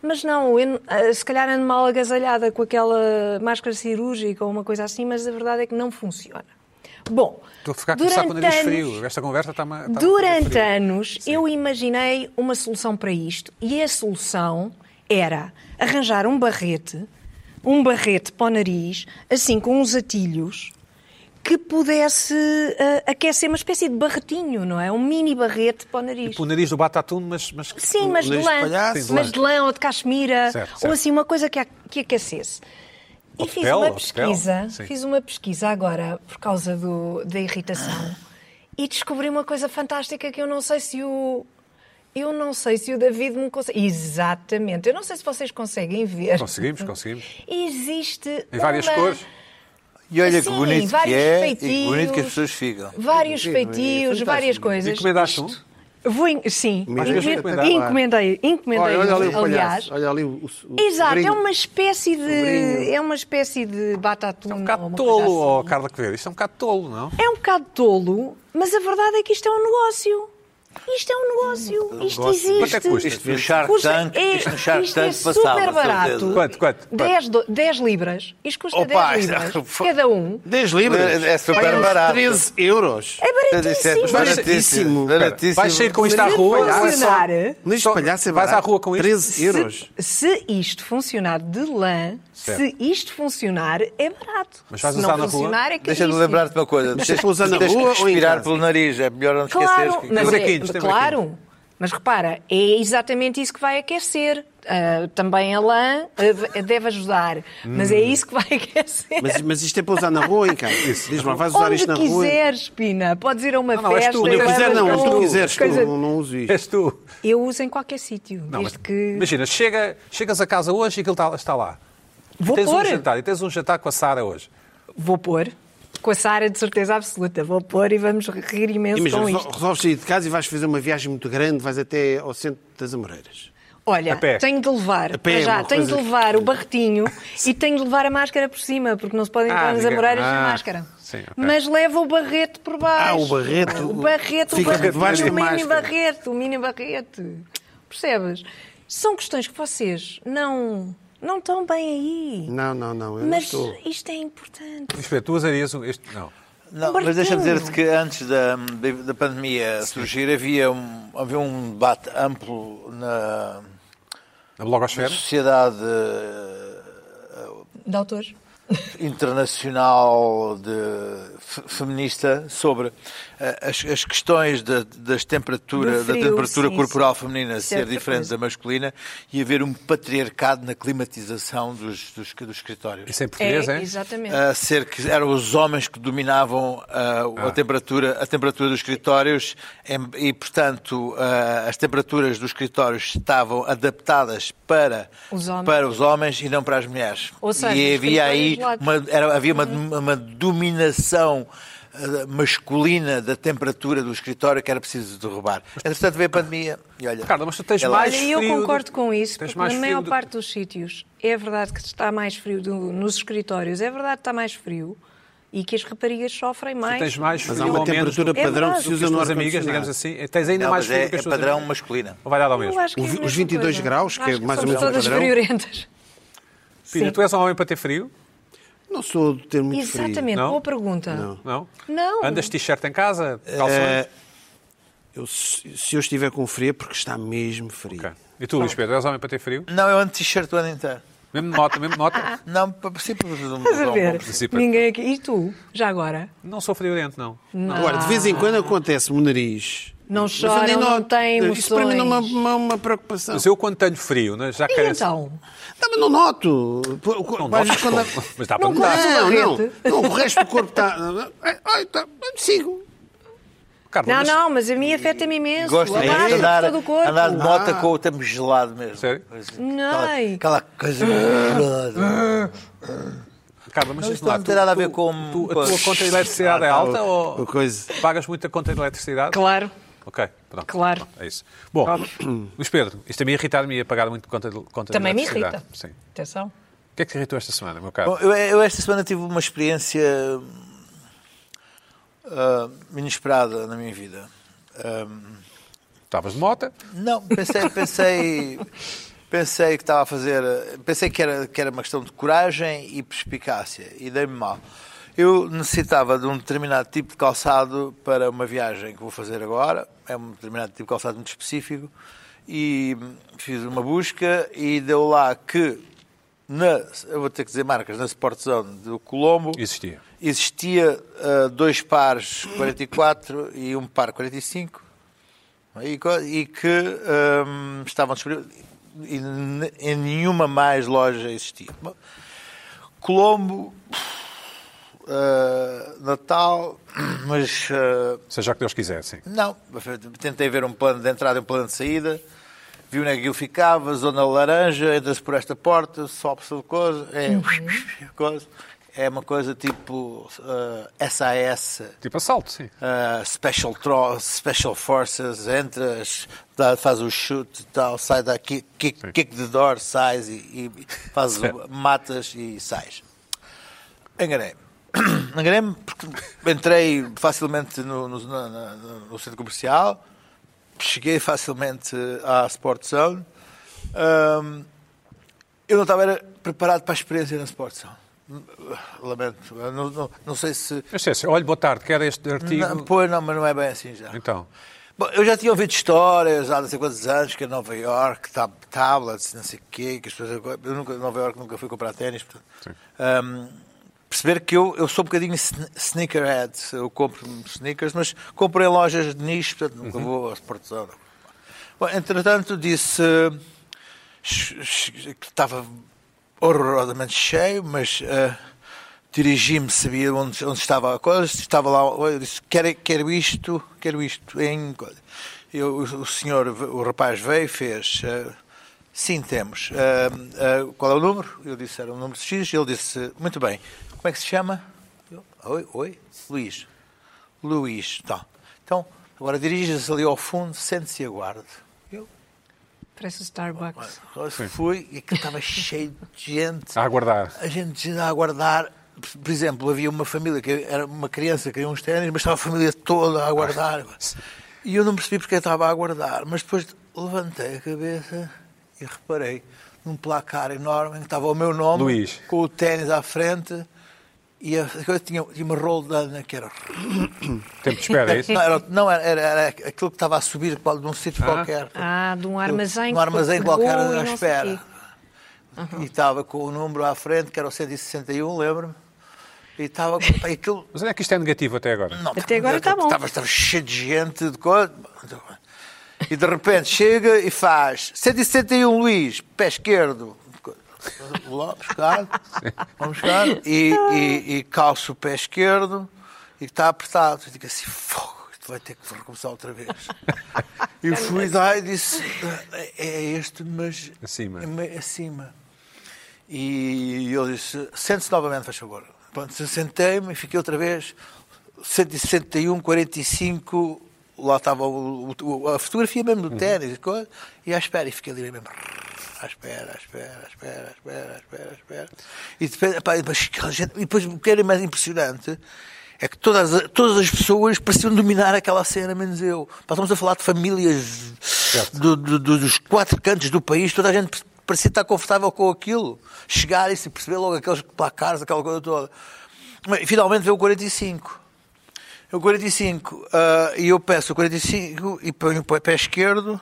Speaker 3: Mas não, eu, ah, se calhar ando mal agasalhada com aquela máscara cirúrgica ou uma coisa assim, mas a verdade é que não funciona. Bom,
Speaker 1: Estou a ficar a começar com o nariz
Speaker 3: durante anos-
Speaker 1: frio. é Esta conversa está-me. a- está-me a fazer
Speaker 3: Durante
Speaker 1: frio.
Speaker 3: anos eu imaginei uma solução para isto e a solução era arranjar um barrete, um barrete para o nariz, assim com uns atilhos que pudesse ah, aquecer uma espécie de barretinho, não é? Um mini barrete para o nariz.
Speaker 1: O nariz do Batatune, mas. mas...
Speaker 3: Sim, mas de
Speaker 2: nariz de
Speaker 3: lã,
Speaker 2: palhaço. Sim, de
Speaker 3: mas
Speaker 1: lã.
Speaker 3: de lã ou de cachemira,
Speaker 1: Certo,
Speaker 3: ou
Speaker 1: certo.
Speaker 3: assim uma coisa que, a- que aquecesse.
Speaker 1: Ou
Speaker 3: E
Speaker 1: de
Speaker 3: fiz
Speaker 1: pele,
Speaker 3: uma
Speaker 1: ou de pele.
Speaker 3: pesquisa,
Speaker 1: Sim.
Speaker 3: fiz uma pesquisa agora por causa do- da irritação e descobri uma coisa fantástica que eu não sei se o Eu não sei se o David me consegue. Exatamente. Eu não sei se vocês conseguem ver.
Speaker 1: Conseguimos, conseguimos.
Speaker 3: Existe.
Speaker 1: Em várias
Speaker 3: uma-
Speaker 1: cores.
Speaker 4: E olha que
Speaker 3: Sim,
Speaker 4: bonito que
Speaker 3: vários
Speaker 4: é e que
Speaker 3: feitios.
Speaker 4: bonito que as pessoas ficam. é
Speaker 3: Vários
Speaker 2: É
Speaker 3: feitios,
Speaker 2: fantástico.
Speaker 3: várias coisas.
Speaker 1: E comendaste um?
Speaker 3: Vou en- Sim,
Speaker 2: Mas
Speaker 1: queres
Speaker 3: Encomen-
Speaker 1: recomendar?
Speaker 3: encomendei, encomendei
Speaker 2: Olha, olha ali o
Speaker 3: um aliás.
Speaker 2: palhaço. Olha ali o. o, o
Speaker 3: Exato, é
Speaker 2: sobrinho.
Speaker 3: uma espécie de.
Speaker 2: Sobrinho.
Speaker 3: É uma espécie de batatuna.
Speaker 1: É um
Speaker 3: ou
Speaker 1: bocado
Speaker 3: uma
Speaker 1: tolo,
Speaker 3: coisa
Speaker 1: ó,
Speaker 3: assim.
Speaker 1: Carla Quevedo. Isto é um bocado tolo, não?
Speaker 3: É um bocado tolo, mas a verdade é que isto é um negócio. Isto é um
Speaker 2: Hum,
Speaker 3: negócio. Isto
Speaker 4: negócio.
Speaker 3: existe.
Speaker 1: Quanto é que custa?
Speaker 4: Isto no Shark
Speaker 3: Custa-
Speaker 4: Tank,
Speaker 3: é,
Speaker 4: isto no Shark
Speaker 3: isto é
Speaker 4: Tank passava.
Speaker 3: super barato.
Speaker 4: certeza.
Speaker 1: Quanto, quanto, quanto?
Speaker 3: 10, do- 10 libras. Isto custa
Speaker 4: Opa,
Speaker 3: 10
Speaker 4: isto-
Speaker 3: libras. Cada um.
Speaker 2: 10 libras.
Speaker 4: É- é super
Speaker 2: Pagam-se
Speaker 4: barato.
Speaker 2: 13 euros.
Speaker 3: É
Speaker 4: Baratíssimo.
Speaker 3: baratíssimo.
Speaker 2: Baratíssimo.
Speaker 4: Baratíssimo.
Speaker 1: Vais sair com isto à
Speaker 3: Se
Speaker 1: rua? olha, olha é só.
Speaker 3: funcionar,
Speaker 2: Mas
Speaker 1: Só-
Speaker 2: palhaço é
Speaker 1: vais à
Speaker 2: barato.
Speaker 1: rua com isto?
Speaker 2: 13 euros.
Speaker 3: se, se isto funcionar de lã, se
Speaker 1: Certo.
Speaker 3: isto funcionar, é barato.
Speaker 1: Mas vais
Speaker 3: se
Speaker 1: usar
Speaker 3: não
Speaker 1: na rua?
Speaker 3: funcionar, é
Speaker 4: Deixa-me
Speaker 3: caríssimo.
Speaker 4: lembrar-te uma coisa.
Speaker 2: Mas
Speaker 4: Tens-
Speaker 2: se usar na
Speaker 4: tens que
Speaker 2: rua ou em
Speaker 4: respirar
Speaker 2: casa?
Speaker 4: pelo nariz. É melhor não te esqueceres.
Speaker 3: Claro,
Speaker 4: que-
Speaker 3: mas
Speaker 1: Temos
Speaker 3: é,
Speaker 1: aqui, temos
Speaker 3: claro. Mas repara, é exatamente isso que vai aquecer. Ah, também a lã ah, deve ajudar, mas é isso que vai aquecer.
Speaker 2: Mas, mas isto é para usar na rua, hein, cara? Diz lá, vais usar
Speaker 3: Onde
Speaker 2: isto na rua.
Speaker 3: quiseres, Pina. Podes ir a uma
Speaker 1: Não, não, és
Speaker 3: festa.
Speaker 1: tu.
Speaker 3: e
Speaker 1: Onde eu
Speaker 3: levas
Speaker 2: Quiser não,
Speaker 1: Mas
Speaker 2: onde tu
Speaker 1: tu-
Speaker 2: quiseres, tu,
Speaker 3: coisa-
Speaker 2: não, não uso isto.
Speaker 1: És tu.
Speaker 3: Eu uso em qualquer sítio,
Speaker 1: Não, mas-
Speaker 3: desde que...
Speaker 1: Imagina, chega, chegas a casa hoje e aquilo está, está lá. e
Speaker 3: Vou
Speaker 1: tens
Speaker 3: pôr.
Speaker 1: um jantar, e tens um jantar com a Sara hoje.
Speaker 3: Vou pôr. Com a Sara, de certeza absoluta. Vou pôr e vamos rir imenso
Speaker 2: Imagina,
Speaker 3: com
Speaker 2: resol-
Speaker 3: isto.
Speaker 2: resolves sair de casa e vais fazer uma viagem muito grande, vais até ao centro das Amoreiras.
Speaker 3: Olha,
Speaker 1: A pé.
Speaker 3: tenho de levar,
Speaker 2: A pé é
Speaker 3: para já,
Speaker 2: uma
Speaker 3: tenho de
Speaker 2: coisa-
Speaker 3: levar o barretinho e tenho de levar a máscara por cima, porque não se podem
Speaker 1: Ah,
Speaker 3: entrar nas
Speaker 1: ninguém-
Speaker 3: amoreiras sem
Speaker 1: Ah,
Speaker 3: máscara.
Speaker 1: sim, ok.
Speaker 3: Mas leva o barrete por baixo.
Speaker 2: Ah, o barrete.
Speaker 3: O barrete, o
Speaker 2: Fica
Speaker 3: barrete,
Speaker 2: debaixo
Speaker 3: o
Speaker 2: da
Speaker 3: mini
Speaker 2: máscara.
Speaker 3: barrete, o mini barrete. Percebes? São questões que vocês não, não estão bem aí.
Speaker 2: Não, não, não, eu
Speaker 3: Mas
Speaker 2: não estou.
Speaker 3: isto é importante.
Speaker 1: Espera, tu usarias um- este. Não.
Speaker 4: Não,
Speaker 3: Barquinho.
Speaker 4: mas deixa-me dizer-te que antes da, da- da pandemia surgir havia um, havia um debate amplo na
Speaker 1: Na blogosfera?
Speaker 4: sociedade eh,
Speaker 3: De autores.
Speaker 4: internacional de, fe- feminista sobre eh, as, as questões da, das temperatura,
Speaker 3: Do frio,
Speaker 4: da temperatura
Speaker 3: sim,
Speaker 4: corporal
Speaker 3: sim.
Speaker 4: feminina ser
Speaker 3: Certa
Speaker 4: diferente
Speaker 3: coisa.
Speaker 4: da masculina e haver um patriarcado na climatização dos, dos, dos escritórios.
Speaker 1: Isso é em português, é?
Speaker 3: exatamente.
Speaker 4: a ser que eram os homens que dominavam ah, a temperatura a temperatura dos escritórios em- e portanto ah, as temperaturas dos escritórios estavam adaptadas para
Speaker 3: Os homens.
Speaker 4: para os homens e não para as mulheres
Speaker 3: Ou seja,
Speaker 4: e
Speaker 3: os
Speaker 4: havia aí
Speaker 3: escritórios Uhum. do
Speaker 4: uma, era- havia uma, uma dominação ah, masculina da temperatura do escritório que era preciso derrubar. Entretanto veio a pandemia e olha...
Speaker 1: Carla, mas tu tens
Speaker 4: é lá.
Speaker 1: mais
Speaker 3: Olha, eu
Speaker 1: frio do-
Speaker 3: concordo com isso,
Speaker 1: tens
Speaker 3: porque
Speaker 1: mais
Speaker 3: na
Speaker 1: frio
Speaker 3: maior
Speaker 1: do-
Speaker 3: parte dos sítios é verdade que está mais frio do- nos escritórios, é verdade que está mais frio e que as raparigas sofrem mais.
Speaker 1: Tens mais
Speaker 2: Mas há
Speaker 1: frio
Speaker 2: uma
Speaker 1: ou menos
Speaker 2: temperatura
Speaker 1: do que
Speaker 3: É
Speaker 2: padrão que se
Speaker 3: verdade.
Speaker 1: as
Speaker 2: usa no
Speaker 1: tuas
Speaker 2: ar
Speaker 1: amigas, digamos assim. Tens ainda
Speaker 4: Não,
Speaker 1: mais
Speaker 4: mas
Speaker 1: frio
Speaker 4: é,
Speaker 1: do que
Speaker 4: é
Speaker 1: as tuas
Speaker 4: padrão
Speaker 1: amigas.
Speaker 4: masculina.
Speaker 1: Ou vai dar ao
Speaker 3: Eu
Speaker 1: mesmo?
Speaker 3: acho que é a
Speaker 2: Os
Speaker 3: mesma
Speaker 2: 22
Speaker 3: coisa.
Speaker 2: graus, que é
Speaker 3: Acho
Speaker 2: mais ou
Speaker 3: somos
Speaker 2: menos o
Speaker 3: todas
Speaker 2: padrão.
Speaker 3: friorentas.
Speaker 1: Pina,
Speaker 3: Sim.
Speaker 1: tu és um homem para ter frio?
Speaker 2: Não sou de ter muito frio.
Speaker 3: Exatamente,
Speaker 1: Não?
Speaker 3: boa pergunta.
Speaker 1: Não?
Speaker 3: Não.
Speaker 1: Andas de t-shirt em casa? Calções?
Speaker 2: Eh, eu, se se eu estiver com frio é porque está mesmo frio.
Speaker 1: Ok. E tu, Luís Pedro, és homem para ter frio?
Speaker 4: Não, eu ando de t-shirt o ano inteiro.
Speaker 1: Mesmo de moto, mesmo de moto?
Speaker 4: Não, para sempre...
Speaker 3: Estás
Speaker 4: um
Speaker 3: a ver?
Speaker 1: participa.
Speaker 3: Ninguém aqui. E tu, já agora?
Speaker 1: Não sou friorento, não.
Speaker 2: Agora, de vez em quando acontece-me o nariz.
Speaker 3: Não
Speaker 2: Mas
Speaker 3: choram,
Speaker 2: ali
Speaker 3: não têm
Speaker 2: Isso para mim não é uma,
Speaker 3: emoções.
Speaker 2: uma, uma preocupação.
Speaker 1: Mas eu quando tenho frio, né, já
Speaker 3: E
Speaker 1: quero...
Speaker 3: então?
Speaker 2: Não, mas não noto. Pô,
Speaker 1: Não,
Speaker 2: às
Speaker 1: notas,
Speaker 2: vezes quando-
Speaker 1: pô, mas dá para
Speaker 3: Não
Speaker 1: notar.
Speaker 3: corres.
Speaker 2: Não, não,
Speaker 3: Barrete.
Speaker 2: não, o resto do corpo está. Ai, tá, sigo.
Speaker 1: Carla,
Speaker 3: Não,
Speaker 1: mas-
Speaker 3: não, mas a mim afeta-me imenso.
Speaker 4: Gosto de
Speaker 3: Abraço
Speaker 4: andar,
Speaker 3: por todo o corpo.
Speaker 4: andar de moto com o tempo gelado mesmo. Assim,
Speaker 1: Sério?
Speaker 3: Ai.
Speaker 4: Aquela, aquela coisa gelada.
Speaker 1: Carla, mas diz
Speaker 4: isto
Speaker 1: lá,
Speaker 4: não
Speaker 1: tu-
Speaker 4: tem nada a ver
Speaker 1: tu-
Speaker 4: com-
Speaker 1: tu- a
Speaker 4: com-
Speaker 1: tua conta de eletricidade é alta
Speaker 2: Ah,
Speaker 1: ou...
Speaker 2: o coisa.
Speaker 1: Pagas muito a conta de eletricidade?
Speaker 3: Claro.
Speaker 1: Ok, pronto.
Speaker 3: Claro.
Speaker 1: Pronto, é isso. Bom, Luís Pedro, isto a mim irritar-me e a pagar muito conta de conta de
Speaker 3: Também me
Speaker 1: eletricidade.
Speaker 3: irrita.
Speaker 1: Sim.
Speaker 3: Atenção.
Speaker 1: O que é que te irritou esta semana, meu caro?
Speaker 4: Bom, eu, eu esta semana tive uma experiência ah, inesperada na minha vida. Ah,
Speaker 1: Estavas de moto,
Speaker 4: Não, pensei, pensei, pensei que estava a fazer. Pensei que era, que era uma questão de coragem e perspicácia, e dei-me mal. Eu necessitava de um determinado tipo de calçado para uma viagem que vou fazer agora. É um determinado tipo de calçado muito específico. E fiz uma busca e deu lá que, na, eu vou ter que dizer marcas, na Sport Zone do Colombo,
Speaker 1: existia.
Speaker 4: existia ah, dois pares 44 e um par 45 e, co- e que hum, estavam disponíveis e ne- em nenhuma mais loja existia. Bom, Colombo eh, Natal, mas eh,
Speaker 1: Seja o que Deus quiser, sim.
Speaker 4: não, tentei ver um plano de entrada e um plano de saída, vi onde é que aquilo ficava, zona laranja, entra-se por esta porta, sobe-se de coisa, é, coisa, é uma coisa tipo eh, SAS,
Speaker 1: Tipo assalto, sim.
Speaker 4: eh, special, Tro- special Forces, entras, dá- faz o chute e tal, sai daqui, kick, kick the door, sais e, e faz, o- matas e sais. Enganei-me. Enganei-me porque entrei facilmente no, no- na- na- no centro comercial, cheguei facilmente à Sport Zone. Ahm, eu não estava era preparado para a experiência na Sport Zone. Lamento. Eu Não, não, não sei se.
Speaker 1: Mas, César, olha, boa tarde, quer este artigo?
Speaker 4: Não, pois não, mas não é bem assim já.
Speaker 1: Então,
Speaker 4: Bom, eu já tinha ouvido histórias há não sei quantos anos que em Nova York, tab tablets, não sei o quê, que as pessoas. Eu nunca, em Nova York nunca fui comprar ténis, portanto. Ahm, perceber que eu, eu sou um bocadinho sne- sneakerhead, eu compro sneakers, mas compro em lojas de nicho, portanto nunca vou ao Sport Zone. Bom, entretanto disse. ch- ch- que Estava horrorosamente cheio, mas. ah, dirigi-me, sabia onde, onde estava a coisa, estava lá, eu disse, quero, quero isto, quero isto, em coisa. Eu, o o senhor, o rapaz veio e fez, eh, sim, temos, Eh, eh, qual é o número? Eu disse, era o número de X, ele disse, muito bem, como é que se chama? Eu, oi, oi, Luís. Luís, tá. Então, agora dirija-se ali ao fundo, sente-se e aguarde. Eu
Speaker 3: Parece o Starbucks.
Speaker 4: fui e que estava cheio de gente
Speaker 1: a aguardar.
Speaker 4: a gente a aguardar. Por exemplo, havia uma família que era uma criança que queria uns ténis, mas estava a família toda a aguardar. E eu não percebi porque estava a aguardar, mas depois levantei a cabeça e reparei num placar enorme em que estava o meu nome,
Speaker 1: Luís.
Speaker 4: com o ténis à frente, e a coisa tinha, tinha uma roldana que era.
Speaker 1: Tempo de espera, é isso?
Speaker 4: Não, era, não, era- era- era aquilo que estava a subir de um sítio qualquer.
Speaker 3: Ah, de um armazém.
Speaker 4: Um armazém
Speaker 3: que pegou
Speaker 4: qualquer
Speaker 3: e
Speaker 4: à
Speaker 3: não sei
Speaker 4: espera.
Speaker 3: quê.
Speaker 4: E estava com o número à frente, que era o 161, lembro-me. E estava com pá, aquilo.
Speaker 1: Mas olha que isto é negativo até agora.
Speaker 4: Não,
Speaker 3: Até
Speaker 4: estava-
Speaker 3: agora está bom.
Speaker 4: Estava, estava cheio de gente, de coisa. E de repente chega e faz 161 Luís, pé esquerdo. Vou lá buscar, vamos buscar. E, e, e calço o pé esquerdo e está apertado. E digo assim: fogo, isto vai ter que recomeçar outra vez. E eu fui lá e disse: é este, mas
Speaker 1: Acima.
Speaker 4: é acima. E ele disse: sente-se novamente, faz favor. Pronto, eu sentei-me e fiquei outra vez 161, 45. Lá estava o- o- a fotografia mesmo do ténis e coisa, e à espera, e fiquei ali mesmo. À espera, à espera, à espera, à espera, à espera, à espera. E depois, epá, e depois, aquela gente- e depois o que era mais impressionante é que todas, as- todas as pessoas pareciam dominar aquela cena, menos eu. Pá, Estamos a falar de famílias do- do- do- dos quatro cantos do país, toda a gente parecia estar confortável com aquilo. Chegar e se perceber logo aqueles placares, aquela coisa toda. Mas, finalmente veio o 45. O 45, ah, e eu peço o 45 e ponho o pé esquerdo.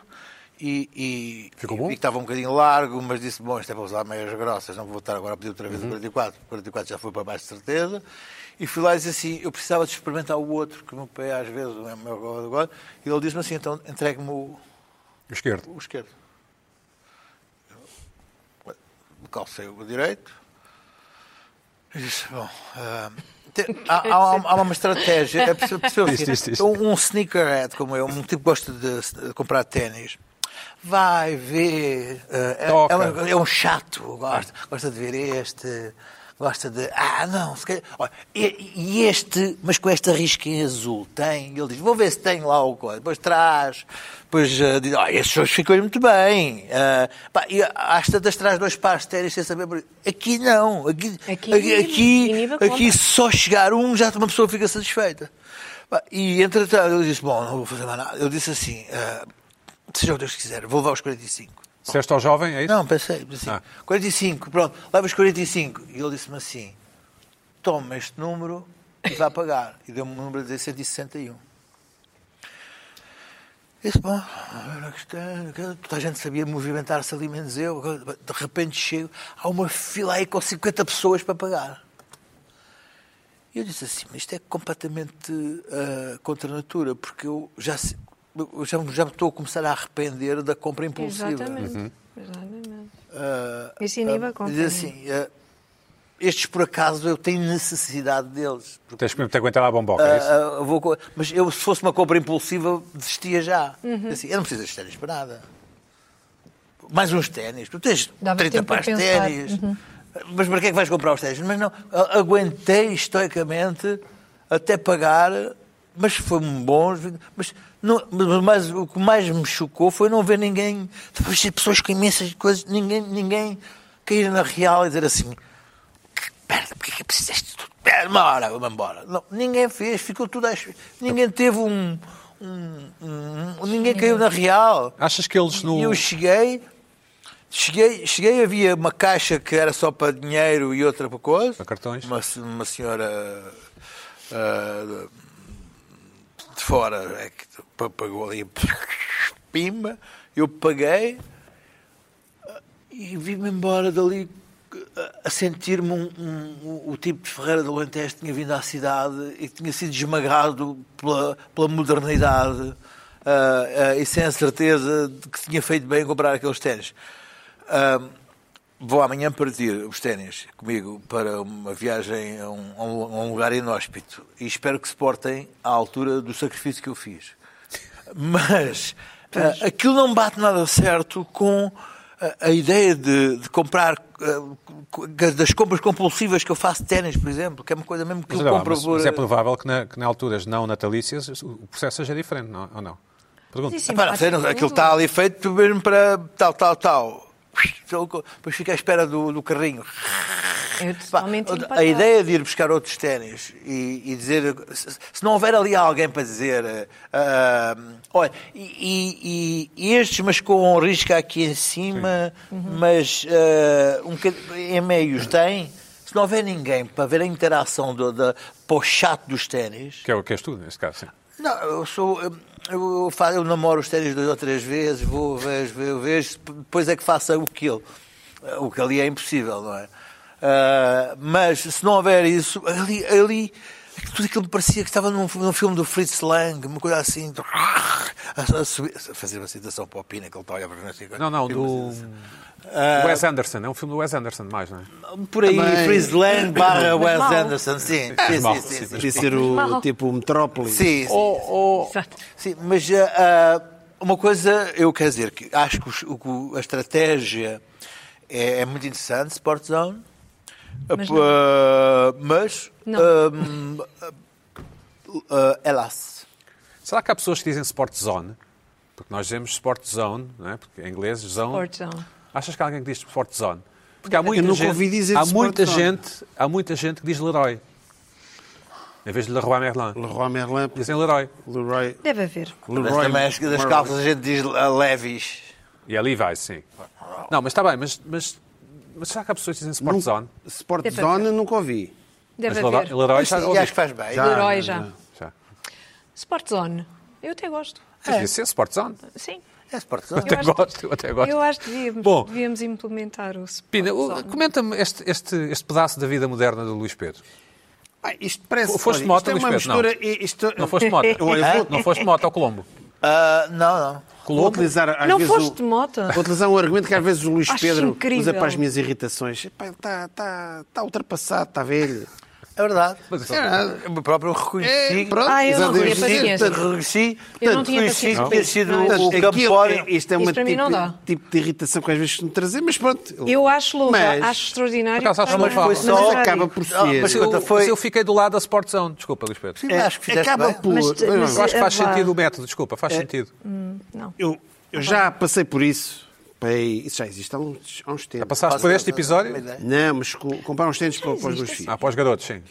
Speaker 4: E, e,
Speaker 1: Ficou
Speaker 4: e
Speaker 1: bom?
Speaker 4: vi que estava um bocadinho largo, mas disse: Bom, isto é para usar meias grossas, não vou estar agora a pedir outra vez
Speaker 1: Uhum.
Speaker 4: o 44. O 44 já foi para baixo de certeza. E fui lá e disse assim: Eu precisava de experimentar o outro, que o meu pé às vezes não é o meu agora. E ele disse-me assim: Então entregue-me o,
Speaker 1: Esquerdo.
Speaker 4: o esquerdo. Calcei o direito. E disse, bom, ah, te- há, há- há- há uma estratégia. É preciso- preciso-
Speaker 1: Isto, isto, isto.
Speaker 4: Um, um sneakerhead como eu, um tipo que gosta de, de comprar ténis, vai ver. ah, é-
Speaker 1: Toca.
Speaker 4: é, um, é um chato, gosta, gosta de ver este. Gosta de. Ah, não, se calhar. olha, e, e este, mas com esta risca em azul, tem? Ele diz: Vou ver se tem lá o coisa. Depois traz. Depois ah, diz: Ah, estes hoje ficam muito bem. Ah, pá, e às tantas traz dois pares de ténis sem saber. por- Aqui não. Aqui,
Speaker 3: Aqui
Speaker 4: aqui,
Speaker 3: inibe,
Speaker 4: aqui,
Speaker 3: inibe a
Speaker 4: aqui
Speaker 3: compra.
Speaker 4: só chegar um já uma pessoa fica satisfeita. Pá, E entretanto, eu disse: Bom, não vou fazer mais nada. Eu disse assim: ah, Seja o que Deus quiser, vou levar aos 45.
Speaker 1: Disseste ao jovem, é isso?
Speaker 4: Não, pensei, pensei.
Speaker 1: Ah.
Speaker 4: 45, pronto, leva os 45. E ele disse-me assim: toma este número e vá pagar. E deu-me um número de 161. Disse, bom, olha que estranho, que- toda a gente sabia movimentar-se ali, menos eu. Agora, De repente chego, há uma fila aí com 50 pessoas para pagar. E eu disse assim, mas isto é completamente ah, contra a natura, porque eu já, se- eu já, já me estou a começar a arrepender da compra impulsiva.
Speaker 3: Exatamente. assim Exatamente.
Speaker 4: é Ah,
Speaker 3: Isso inibe a
Speaker 4: ah,
Speaker 3: compra,
Speaker 4: Diz assim, ah, estes por acaso eu tenho necessidade deles. Porque,
Speaker 1: Tens mesmo de aguentar lá a bomboca, é isso?
Speaker 4: ah, ah, vou co- mas eu, se fosse uma compra impulsiva, desistia já. Assim, eu não preciso de ténis para nada. Mais uns ténis. Tu tens
Speaker 5: Dava
Speaker 4: 30
Speaker 5: tempo para
Speaker 4: pares de
Speaker 5: pensar. Uhum.
Speaker 4: ténis. Mas para que é que vais comprar os ténis? Mas não, a- aguentei estoicamente até pagar, mas foi-me bom. Mas, não, mas mais- o que mais me chocou foi não ver ninguém. Depois de pessoas com imensas coisas, ninguém, ninguém cair na real e dizer assim: que merda, porque é que precisaste de tudo? Pera, uma hora, vamos embora. Não, ninguém fez, ficou tudo às... Ninguém teve um... um- um- ninguém caiu na real.
Speaker 1: Achas que eles no...
Speaker 4: ah. E eu cheguei, cheguei, cheguei, havia uma caixa que era só para dinheiro e outra para coisa.
Speaker 1: Para cartões.
Speaker 4: Uma, se- uma senhora ah, de fora é que pa- pagou ali, pimba, eu paguei ah, e vim-me embora dali ah, a sentir-me um, um- o tipo de Ferreira do Alentejo que tinha vindo à cidade e que tinha sido esmagado pela, pela modernidade ah, ah, e sem a certeza de que tinha feito bem em comprar aqueles ténis. Ah, vou amanhã partir os ténis comigo para uma viagem a um, a um- a um lugar inóspito e espero que se portem à altura do sacrifício que eu fiz. Mas ah, aquilo não bate nada certo com ah, a ideia de, de comprar ah, co- das compras compulsivas que eu faço de ténis, por exemplo, que é uma coisa mesmo que
Speaker 1: Mas,
Speaker 4: eu
Speaker 1: olha lá,
Speaker 4: compro
Speaker 1: mas-
Speaker 4: por-
Speaker 1: mas é provável que na, que na alturas não natalícias o processo seja diferente, não, ou não? Pergunto.
Speaker 3: Sim, sim.
Speaker 4: eh, Pá, não sei, não- aquilo está ali feito mesmo para tal, tal, tal. Depois fica à espera do- do carrinho.
Speaker 3: Eu
Speaker 4: Pá,
Speaker 3: totalmente
Speaker 4: a
Speaker 3: empatada.
Speaker 4: ideia de ir buscar outros ténis e, e dizer se se não houver ali alguém para dizer eh, ah, olha, e, e- e estes mas com um risco aqui em cima mas eh, um bocad- em meios tem se não houver ninguém para ver a interação do, da, para o chato dos ténis
Speaker 1: Que é o que és tu, neste caso, sim.
Speaker 4: não, eu sou. Eu, eu, faço- eu namoro os ténis duas ou três vezes, vou, vejo, vejo, vejo, depois é que faça o que ele. O que ali é impossível, não é? Ah, mas se não houver isso, ali. ali tudo aquilo me parecia que estava num, num filme do Fritz Lang, uma coisa assim. de- A, a subir- a fazer uma citação para o Pina, que ele está a olhar para mim assim.
Speaker 1: Não, não, do...
Speaker 2: Ah,
Speaker 1: do Wes Anderson. É um filme do Wes Anderson, mais, não é?
Speaker 4: Por aí,
Speaker 2: Também.
Speaker 4: Fritz Lang barra Wes
Speaker 3: mal.
Speaker 4: Anderson, sim. Sim,
Speaker 1: mal,
Speaker 4: sim, sim, sim.
Speaker 2: Podia ser o tipo Metrópole.
Speaker 4: Sim, sim.
Speaker 2: Oh,
Speaker 3: Exato.
Speaker 4: Sim, mas ah, ah, uma coisa eu quero dizer que acho que os- o que a estratégia é, é muito interessante, Sport Zone, Ah,
Speaker 3: Mas
Speaker 4: p- ah, mas, eh,
Speaker 3: Não.
Speaker 4: ahm, ah, ah, hélas.
Speaker 1: Será que há pessoas que dizem Sport Zone? Porque nós dizemos Sport Zone, não é? Porque em inglês, zone.
Speaker 3: Sport zone.
Speaker 1: Achas que há alguém que diz Sport Zone? Porque há muita
Speaker 2: nunca
Speaker 1: gente,
Speaker 2: ouvi dizer
Speaker 1: há
Speaker 2: Sport
Speaker 1: muita
Speaker 2: Zone.
Speaker 1: gente, há muita gente que diz Leroy. Em vez de Leroy Merlin.
Speaker 2: Leroy Merlin,
Speaker 1: Dizem Leroy.
Speaker 2: Leroy...
Speaker 3: Deve haver.
Speaker 4: Mas
Speaker 2: Leroy
Speaker 4: também acho que das
Speaker 2: Merlin.
Speaker 4: calças a gente diz ah, Levis.
Speaker 1: E ali vai, sim. Não, mas está bem, mas, mas, mas será que há pessoas que dizem Sport
Speaker 2: Nunca-
Speaker 1: Zone?
Speaker 2: Sport
Speaker 3: Deve
Speaker 2: Zone nunca ouvi.
Speaker 3: Deve
Speaker 1: Mas
Speaker 3: haver.
Speaker 1: Leroy, Leroy é já
Speaker 4: E acho que faz bem.
Speaker 2: Já.
Speaker 3: Leroy
Speaker 2: Ah,
Speaker 3: já.
Speaker 1: Já.
Speaker 3: Sport Zone. Eu até gosto.
Speaker 1: Mas devia ser Sport Zone.
Speaker 3: Sim.
Speaker 4: É Sport Zone.
Speaker 1: até
Speaker 3: acho que-
Speaker 1: gosto, eu até gosto.
Speaker 3: Eu acho que devíamos,
Speaker 1: Bom.
Speaker 3: devíamos implementar o Sport
Speaker 1: Pina, o-
Speaker 3: Zone.
Speaker 1: comenta-me este, este, este pedaço da vida moderna do Luís Pedro.
Speaker 2: Ah, isto parece...
Speaker 1: Fo- foste
Speaker 2: olha,
Speaker 1: moto,
Speaker 2: isto é
Speaker 1: Luís
Speaker 2: uma
Speaker 1: Pedro? Não.
Speaker 2: mistura... Isto...
Speaker 1: Não foste moto.
Speaker 2: Olha, vou-
Speaker 1: Não foste moto ao Colombo.
Speaker 4: Ah, não, não.
Speaker 2: Vou utilizar às
Speaker 3: Não
Speaker 2: vezes o-
Speaker 3: foste de moto?
Speaker 2: Vou utilizar um argumento que às vezes o Luís
Speaker 3: Acho
Speaker 2: Pedro
Speaker 3: incrível.
Speaker 2: usa para as minhas irritações. Epá, ele está tá, tá ultrapassado, está velho.
Speaker 4: É verdade.
Speaker 1: Mas-
Speaker 4: É verdade. Eu próprio reconheci.
Speaker 3: Ah, eu não
Speaker 2: exatamente.
Speaker 3: tinha paciência.
Speaker 2: Portanto,
Speaker 4: Reconheci.
Speaker 3: Eu não
Speaker 4: Portanto,
Speaker 3: tinha
Speaker 4: reconheci
Speaker 3: paciência
Speaker 4: que
Speaker 3: para
Speaker 4: tinha
Speaker 3: isso,
Speaker 4: sido
Speaker 3: não é?
Speaker 4: o
Speaker 2: aquilo
Speaker 4: Campório.
Speaker 2: é- isto é
Speaker 3: Isso
Speaker 2: uma
Speaker 3: para
Speaker 2: tipo,
Speaker 3: mim não dá.
Speaker 2: tipo de irritação que às vezes me trazer, mas pronto.
Speaker 3: Eu acho louva,
Speaker 2: Mas-
Speaker 3: acho extraordinário.
Speaker 1: Por acaso acho
Speaker 3: que está
Speaker 1: louvável.
Speaker 3: na-
Speaker 1: Mas
Speaker 3: na
Speaker 4: só
Speaker 3: rádio.
Speaker 2: acaba por ser. É,
Speaker 4: Ah, mas
Speaker 1: Eu,
Speaker 4: Conta, foi-
Speaker 1: mas eu fiquei do lado da Sport Zone. Desculpa, Luís Pedro.
Speaker 4: Sim, acho é que fizeste
Speaker 2: acaba
Speaker 4: bem.
Speaker 2: por.
Speaker 3: Mas-
Speaker 2: Bem,
Speaker 3: mas-
Speaker 2: vamos
Speaker 1: Eu
Speaker 2: lá.
Speaker 1: acho que faz
Speaker 3: É, vá.
Speaker 1: sentido o método, desculpa, faz sentido.
Speaker 3: Não.
Speaker 2: eu, eu já passei por isso. Bem, isso já existe há uns, há uns tempos.
Speaker 1: Passaste por este
Speaker 4: Uma
Speaker 1: episódio?
Speaker 4: ideia.
Speaker 2: Não, mas co- comprar uns tênis para, para os meus
Speaker 3: existe.
Speaker 2: filhos.
Speaker 1: Ah, para os garotos, sim.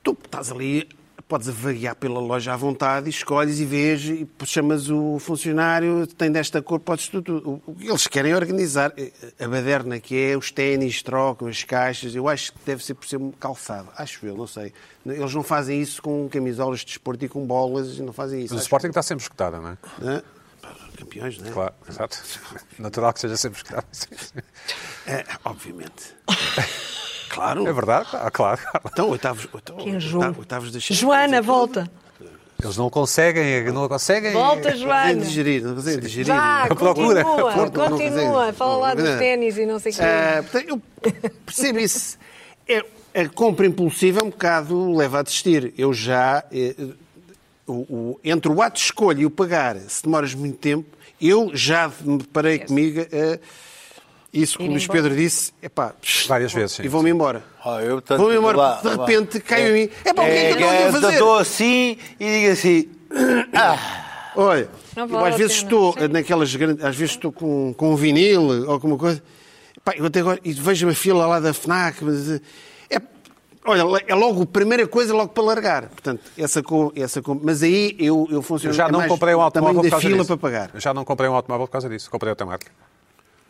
Speaker 2: Tu estás ali, podes vaguear pela loja à vontade, e escolhes e vês, e chamas o funcionário, tem desta cor, podes tudo. O- o que Eles querem organizar eh, a baderna que é, os ténis, trocam as caixas. Eu acho que deve ser por ser um calçado, acho eu, não sei. Eles não fazem isso com camisolas de desporto e com bolas, e não fazem isso.
Speaker 1: Mas o
Speaker 2: acho
Speaker 1: Sporting está sempre escutado, não é?
Speaker 2: eu. Hã? Pá, Campeões, não é?
Speaker 1: Claro, exato. Natural que seja sempre escutado. sim, sim.
Speaker 2: É, obviamente. claro.
Speaker 1: É verdade? Ah, claro.
Speaker 2: Então, oitavos, oito-
Speaker 3: Que enjoo.
Speaker 4: Tá,
Speaker 2: oitavos, oitavos de
Speaker 3: Joana, volta.
Speaker 1: Eles não conseguem, não conseguem.
Speaker 3: Volta,
Speaker 2: Não conseguem
Speaker 3: Joana.
Speaker 2: digerir, não conseguem digerir.
Speaker 3: Vá,
Speaker 1: Procura.
Speaker 3: continua,
Speaker 2: Porto, não,
Speaker 3: continua.
Speaker 2: não,
Speaker 3: Fala lá
Speaker 2: não,
Speaker 3: dos
Speaker 2: não.
Speaker 4: É,
Speaker 3: ténis e não sei o quê.
Speaker 2: Ah, portanto, eu percebo isso. é- a compra impulsiva é um bocado leva a desistir. Eu já. eh, o- o- entre o ato de escolha e o pagar, se demoras muito tempo, eu já me deparei comigo eh, isso que o
Speaker 3: Ir
Speaker 2: Luís
Speaker 3: embora.
Speaker 2: Pedro disse, epá, psh,
Speaker 1: Várias vezes, sim.
Speaker 2: E vão-me embora.
Speaker 4: Ah, eu, portanto,
Speaker 2: vou-me embora,
Speaker 4: lá,
Speaker 2: porque de
Speaker 4: lá.
Speaker 2: repente caiu em mim. Epá, o que é que eu
Speaker 4: eu
Speaker 2: estou aqui a fazer?
Speaker 4: Estou assim e digo assim. ah,
Speaker 2: Olha,
Speaker 3: Não
Speaker 2: eu
Speaker 3: vale
Speaker 2: às
Speaker 3: a
Speaker 2: vezes
Speaker 3: pena,
Speaker 2: estou
Speaker 3: sim.
Speaker 2: naquelas grandes, às vezes estou com, com um vinil ou alguma coisa, pá, eu até agora e vejo uma fila lá da FNAC, mas, eh, é, olha, é logo a primeira coisa logo para largar. Portanto, essa, com, essa com, mas aí eu, eu
Speaker 1: Eu
Speaker 2: funciono
Speaker 1: já
Speaker 2: é
Speaker 1: não
Speaker 2: mais
Speaker 1: comprei um
Speaker 2: o
Speaker 1: automóvel
Speaker 2: tamanho
Speaker 1: por
Speaker 2: da
Speaker 1: causa
Speaker 2: fila
Speaker 1: disso.
Speaker 2: para pagar.
Speaker 1: Eu já não comprei um automóvel por causa disso. Comprei outra marca.